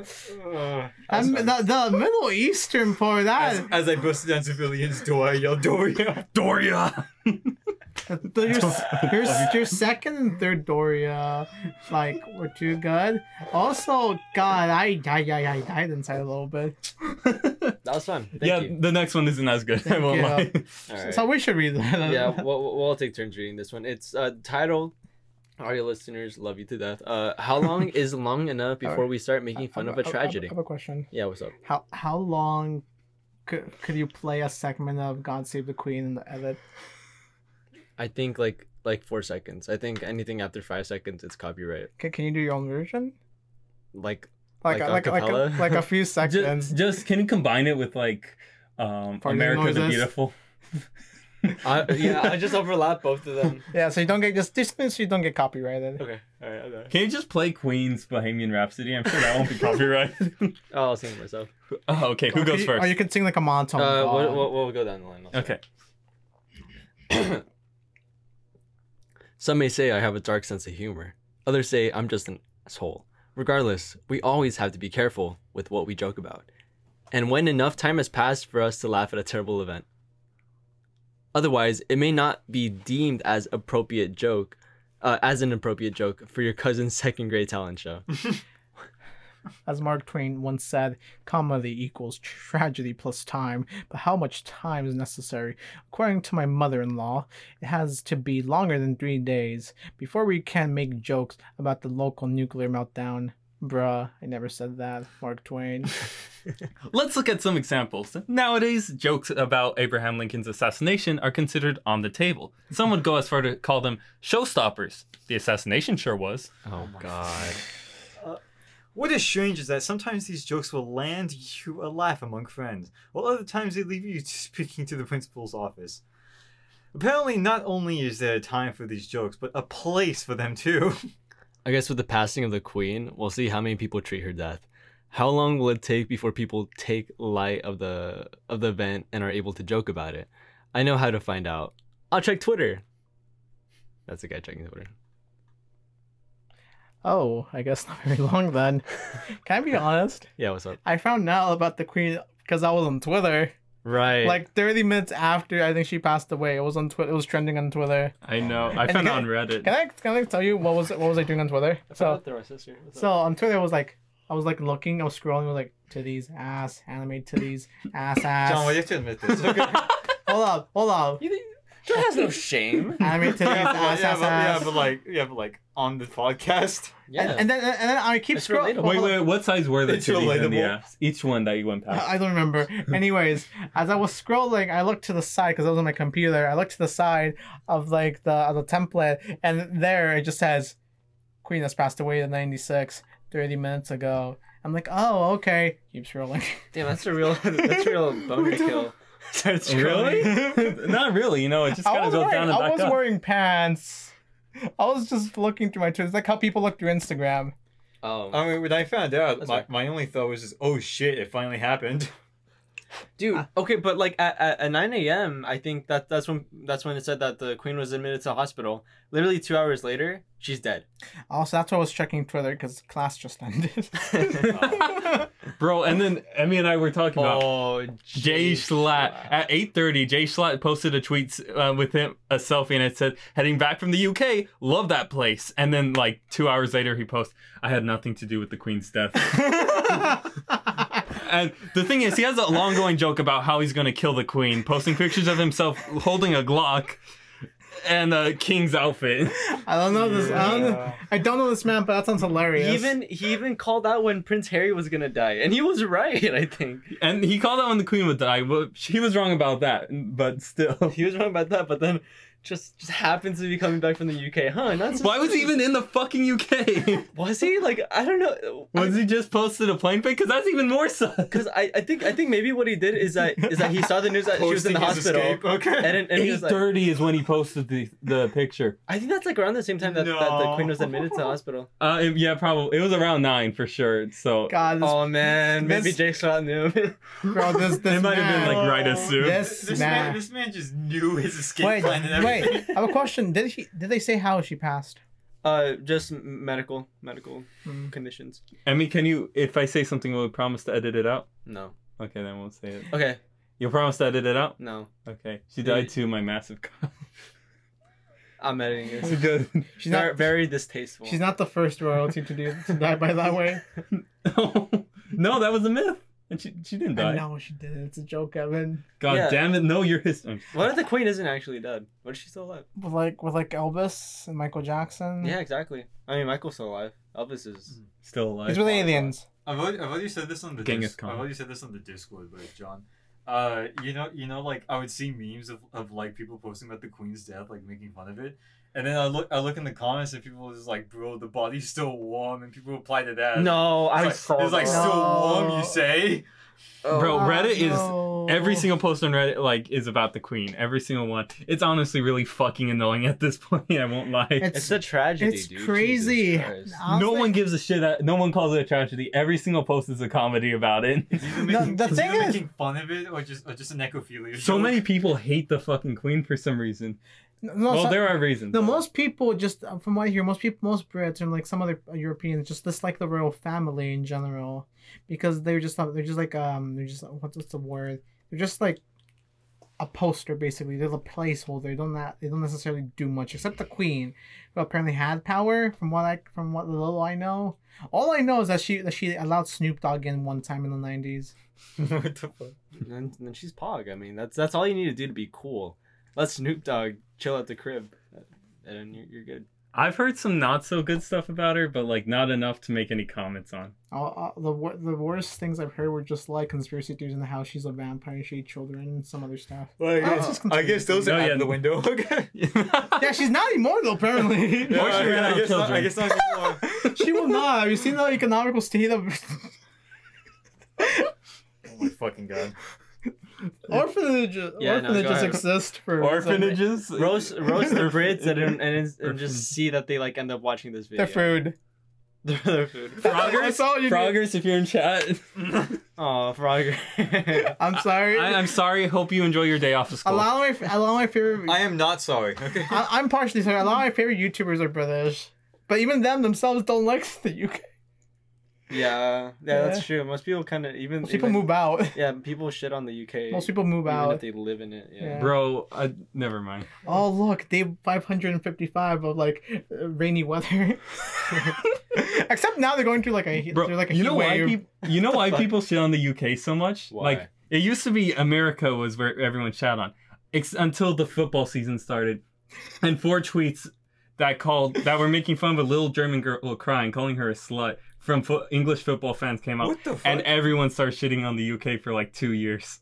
uh. As- And the, the Middle Eastern for that. as I busted down civilians' door, I yelled, Doria. Doria! the- your, your, your second and third Doria, like, were too good. Also, God, I, I, I, I died inside a little bit. That was fun. Thank yeah, you. the next one isn't as good. I won't you. lie. All right. So we should read that. yeah, we'll, we'll we'll take turns reading this one. It's uh, titled, Audio listeners, love you to death. Uh, how long is long enough before we start making fun I- of a I- I- tragedy? I have Uh, a question. yeah, what's up? How how long could, could you play a segment of God Save the Queen in the edit? I think like like four seconds. I think anything after five seconds, it's copyright. Can, can you do your own version? Like Like Like like like, like, acapella? a, like a few seconds. just, just can you combine it with like um Party America the noises. Beautiful? I, yeah, I just overlap both of them. Yeah, so you don't get just just so you don't get copyrighted. Okay, all right, okay. Can you just play Queen's Bohemian Rhapsody? I'm sure that won't be copyrighted. Oh, I'll sing it myself. oh, okay. Who Or goes you- Or first? you can sing like a monotone. uh, God. we'll, we'll, we'll go down the line. also. Okay. Some may say I have a dark sense of humor. Others say I'm just an asshole. Regardless, we always have to be careful with what we joke about. And when enough time has passed for us to laugh at a terrible event. Otherwise, it may not be deemed as appropriate joke, uh, as an appropriate joke for your cousin's second grade talent show. As Mark Twain once said, comedy equals tragedy plus time, but how much time is necessary? According to my mother in law, it has to be longer than three days before we can make jokes about the local nuclear meltdown. Bruh, I never said that, Mark Twain. Let's look at some examples. Nowadays, jokes about Abraham Lincoln's assassination are considered on the table. Some would go as far to call them showstoppers. The assassination sure was. Oh God. What is strange is that sometimes these jokes will land you a laugh among friends, while other times they leave you speaking to the principal's office. Apparently, not only is there a time for these jokes, but a place for them too. I guess with the passing of the queen, we'll see how many people treat her death. How long will it take before people take light of the of the event and are able to joke about it? I know how to find out. I'll check Twitter. That's the guy checking Twitter. Oh, I guess not very long then. Can I be honest? Yeah, what's up? I found out about the Queen because I was on Twitter. Right. Like 30 minutes after I think she passed away, it was on Twitter. It was trending on Twitter. I know. I And found it on can- Reddit. Can I can I tell you what was what was I doing on Twitter? So so on Twitter I was like I was like looking, I was scrolling, I was like titties, ass, anime titties, ass, ass. John, you have to admit this. Okay. hold up, hold up, John has no shame. anime titties, yeah, but, ass, yeah, ass, but, yeah, ass. but like, yeah, but like on the podcast. Yeah. And, and then and then I keep It's scrolling. relatable. Wait, wait, what size were the It's titties and the relatable. ass? Each one that you went past. I I don't remember. Anyways, as I was scrolling, I looked to the side because I was on my computer. I looked to the side of like the of the template, and there it just says, "Queen has passed away at 96, 30 minutes ago." I'm like, "Oh, okay." Keep scrolling. Damn, that's a real that's a real boner kill. Starts really? not really. You know, it just I kind of was, goes wearing, down and I back was up. wearing pants. I was just looking through my Twitter. It's like how people look through Instagram. Um, I mean, when I found out, That's my, right. my only thought was just, oh shit, it finally happened. dude okay but like at, at, at 9 a.m i think that that's when that's when it said that the queen was admitted to the hospital literally two hours later she's dead Also, that's why I was checking Twitter because class just ended. Bro, and then Emmy and I were talking about oh Jay Schlatt at 8:30. Jay Schlatt posted a tweet uh, with him a selfie, and it said, "Heading back from the UK, love that place." And then like two hours later, he posts, "I had nothing to do with the Queen's death." and the thing is, he has a long going joke about how he's going to kill the Queen, posting pictures of himself holding a Glock and a king's outfit. I don't know this. I, don't Uh, know, I don't know this man, but that sounds hilarious. even he even called out when prince harry was gonna die and he was right i think And he called out when the Queen would die. Well, he was wrong about that, but still. he was wrong about that but then just just happens to be coming back from the UK, huh? Not so Why was he even in the fucking UK? Was he like I don't know? was he just posted a plane pic? Because that's even more suck. Because I, I think I think maybe what he did is that is that he saw the news that she was in the Posting his hospital, escape, Okay. and, then- and he was like, is when he posted the, the picture. I think that's like around the same time that, that the No. queen was admitted to the hospital. Uh, it- yeah, probably. It was around nine for sure. So God, this, Oh man, maybe This- Jake Scott knew. bro, this, this it might have been man- like right as soon. Yes. This Nah. man, this man just knew his escape Wait, plan and everything. wait. I have a question. Did he? Did they say how she passed? uh, just m- medical medical Hmm. conditions. Emmy, can you? If I say something, will you promise to edit it out? No. Okay, then we'll say it. Okay. You'll promise to edit it out. No. Okay. She died to my massive. cock. I'm editing this. Good. She's very, not. very distasteful. She's not the first royalty to do to die by that way. no, that was a myth. And she she didn't I die. know she did it. It's a joke, Evan. God Yeah. damn it! No, you're his. I'm- What if the queen isn't actually dead? What if she's still alive? With like with like Elvis and Michael Jackson. Yeah, exactly. I mean, Michael's still alive. Elvis is. Still alive. Mm. It's with aliens. I've already, I've already said this on the Genghis dis- Khan. I've already said this on the Discord, but John, uh, you know, you know, like I would see memes of, of like people posting about the Queen's death, like making fun of it, and then I look I look in the comments and people is like, "Bro, the body's still warm," and people reply to that. No, it's I like, saw. it's like that. so- still warm. No. You say? Bro, Ah, Reddit is- no. Every single post on Reddit like is about the Queen. Every single one. It's honestly really fucking annoying at this point. I won't lie. It's, It's a tragedy. it's dude. Jesus crazy. Christ. no Honestly- one gives a shit. At, no one calls it a tragedy. Every single post is a comedy about it. It's either No, making, the it's thing either is- making fun of it or just or just an necrophilia. So joke. many people hate the fucking Queen for some reason. No, no, well, so- there are reasons. No, most people just uh, from what I hear, most people, most Brits and like some other Europeans just dislike the royal family in general because they're just they're just like um they're just what's, what's the word they're just like a poster basically they're the placeholder they don't that they don't necessarily do much except the queen who apparently had power from what I from what little I know all I know is that she that she allowed Snoop Dogg in one time in the nineties what the fuck? And then, and then she's Pog. I mean, that's that's all you need to do to be cool. Let Snoop Dogg chill at the crib, and you're, you're good. I've heard some not so good stuff about her, but like not enough to make any comments on. all, all, the wor- the worst things I've heard were just like conspiracy theories in the house she's a vampire she ate children and some other stuff. Like, Oh, it's just I guess those are Oh, out yeah. the window. Okay. Yeah, she's not immortal apparently. Or she ran out of children. she will not. Have you seen the economical state of Oh my fucking god. orphanages? Yeah, no, go orphanages ahead. exist for Orphanages. Roast roast the Brits and and, and, and Orphan. just see that they like end up watching this video. their food. Their- their food. That's all you need. Froggers, if you're in chat, Oh, Frogger. I'm sorry. I, I'm sorry. Hope you enjoy your day off of school. allow my allow my favorite. I, am not sorry. Okay. I'm partially sorry. A lot of my favorite YouTubers are British, but even them themselves don't like the UK. yeah, yeah, that's Yeah. true. Most people kind of even Most people even- move out. Yeah, people shit on the UK. Most people move even if out. they live in it. Yeah. Yeah. Bro, I, never mind. Oh look, day 555 of like rainy weather. Except now they're going through like a Bro, they're like a you heat know why wave. people you know why fuck? people shit on the UK so much? Why? Like it used to be America was where everyone shat on, ex- until the football season started, and four tweets that called that were making fun of a little German girl crying, calling her a slut from fo- English football fans came out, What the fuck? and everyone started shitting on the UK for like two years.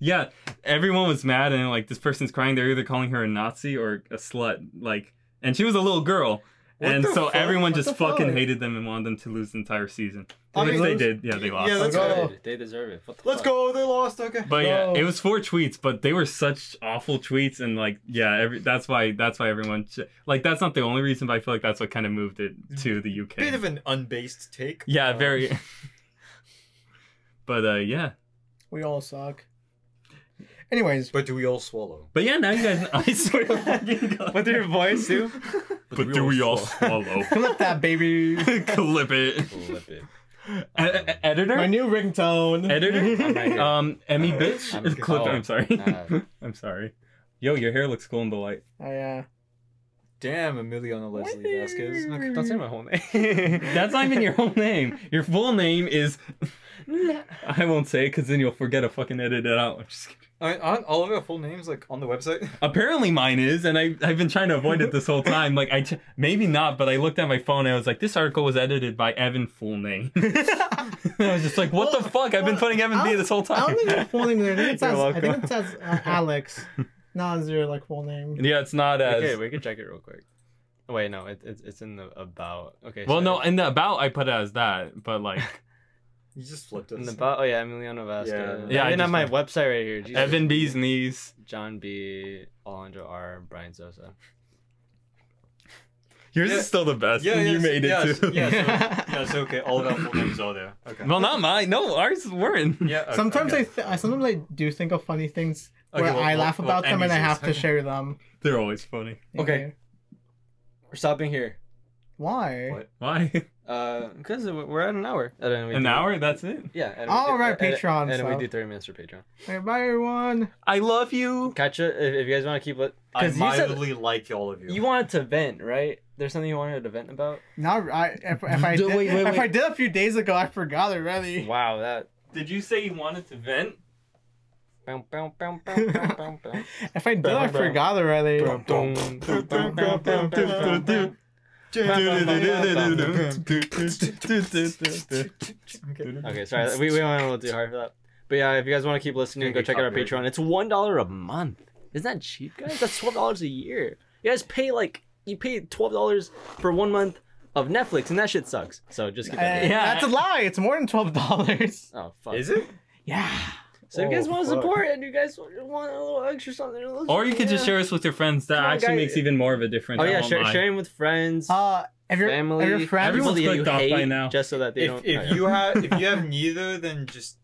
Yeah, everyone was mad and like this person's crying. They're either calling her a Nazi or a slut. Like, and she was a little girl. What and the so fuck? everyone What just the fuck? fucking hated them and wanted them to lose the entire season. I Which mean, they those- did. Yeah, they lost. Yeah, let's Let's go. go. They deserve it. What the Let's fuck? go. They lost. Okay. But yeah, No. it was four tweets, but they were such awful tweets, and like, yeah, every, that's why that's why everyone sh- like that's not the only reason, but I feel like that's what kind of moved it to the UK. Bit of an unbased take. yeah, Uh, very. but uh, yeah, We all suck. Anyways, But do we all swallow? but yeah, now you guys, I swear, to fucking God. With your voice too. But do we all swallow? flip that baby. Clip it, Flip it. E- e- editor. My new ringtone. Editor, I'm right here. um, Emmy bitch, I'm- clip. oh, I'm sorry. uh, I'm sorry. Yo, your hair looks cool in the light. Oh yeah. Damn, Emiliano Leslie Vasquez. Okay. Don't say my whole name. That's not even your whole name. Your full name is. I won't say it because then you'll forget to fucking edit it out. I'm just kidding. I mean, aren't all of our full names like on the website? Apparently mine is, and I I've been trying to avoid it this whole time. Like I ch- maybe not, but I looked at my phone and I was like, this article was edited by Evan full name. I was just like, what the fuck? I've been putting Evan B I don't- this whole I time. don't think it's falling there. I think it's You're as, I welcome. think it's as uh, Alex. Not as your like full name. Yeah, it's not as. Okay, we can check it real quick. Wait, no, it, it's it's in the about. Okay. well, so no, in the about I put it as that, but like You just flipped In the about. Oh yeah, Emiliano Vasquez. Yeah, Yeah, I I didn't just have my went- website right here. Jesus. Evan B's knees. John B. Alejandro R. Brian Sosa. Yours Yeah. is still the best. Yeah, and you yes, made it yes, too. yes. Yeah, it's okay. All of our full names are there. Okay. well, not mine. No, ours weren't. Yeah. okay, Sometimes okay. I, th- I sometimes I do think of funny things Okay, where well, I well, laugh well, about them and I Amy's have to is- share them. They're always funny. Okay. We're stopping here. Why? What? Why? Uh, because we're at an hour. And then we An do- hour? That's it. Yeah. And Oh, do- right, and- and- Patreon, And, then we so. do thirty minutes for Patreon. Hey, bye everyone. I love you. Catch it if, if you guys want to keep it. I Because you said mildly like all of you. you wanted to vent, right? There's something you wanted to vent about. Now I if, if I Do- did, wait, wait, if I wait. did a few days ago, I forgot already. Wow, that. Did you say you wanted to vent? Bow, bow, bow, bow, bow, bow, bow. If I did, I forgot already. Okay, sorry. We, we went a little too hard for that. But yeah, if you guys want to keep listening, Gonna go get check out our copyrighted. Patreon. It's one dollar a month. Isn't that cheap, guys? That's twelve dollars a year. You guys pay like you pay twelve dollars for one month of Netflix, and that shit sucks. So just keep that. yeah, in mind. Uh, that's a lie. It's more than twelve dollars. Oh fuck. Is it? Yeah. So if you guys Oh, want to fuck. support and you guys want a little extra something, a little- Or you could just yeah. share us with your friends. That Come on, actually guys. makes even more of a difference. Oh I yeah, won't share, lie. sharing with friends, Uh, if your family, if your friends, Everyone- everyone's Everyone's you clicked off hate, by now. just so that they If don't. if you have if you have neither, then just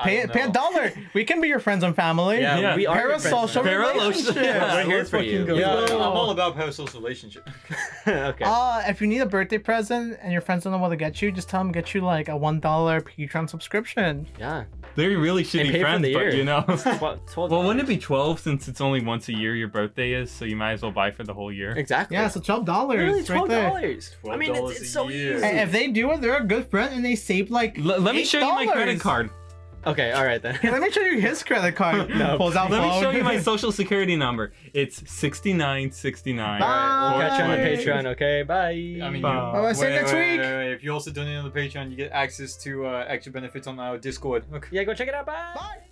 I pay don't pay a know. dollar. We can be your friends and family. yeah, Yeah. we are your friends Parasocial now. Parasocial relationship. Yeah, we're here let's for fucking you. go. Yeah, Yo. I'm all about parasocial relationship. okay. Uh, if you need a birthday present and your friends don't know what to get you, just tell them to get you like a one dollar Patreon subscription. yeah. They're really pay for shitty the friends, year. but you know. Twelve- twelve well, dollars. wouldn't it be 12 since it's only once a year your birthday is, so you might as well buy for the whole year? Exactly. Yeah, so twelve dollars. Really, right twelve there. dollars. I mean, $12 it's, it's a so year. easy. And if they do it, they're a good friend and they save like. L- let me $8. show you my credit card. Okay, all right Here, then. let me show you his credit card. No, Pulls out Let me phone. show you my social security number. It's 6969. Bye. All right, we'll catch you on the Bye. Patreon. Okay, bye. I mean, you, Bye. Oh, I see you Wait, next wait, week. wait, wait. If you also donate on the Patreon, you get access to uh, extra benefits on our Discord. Okay. yeah, go check it out. Bye. Bye.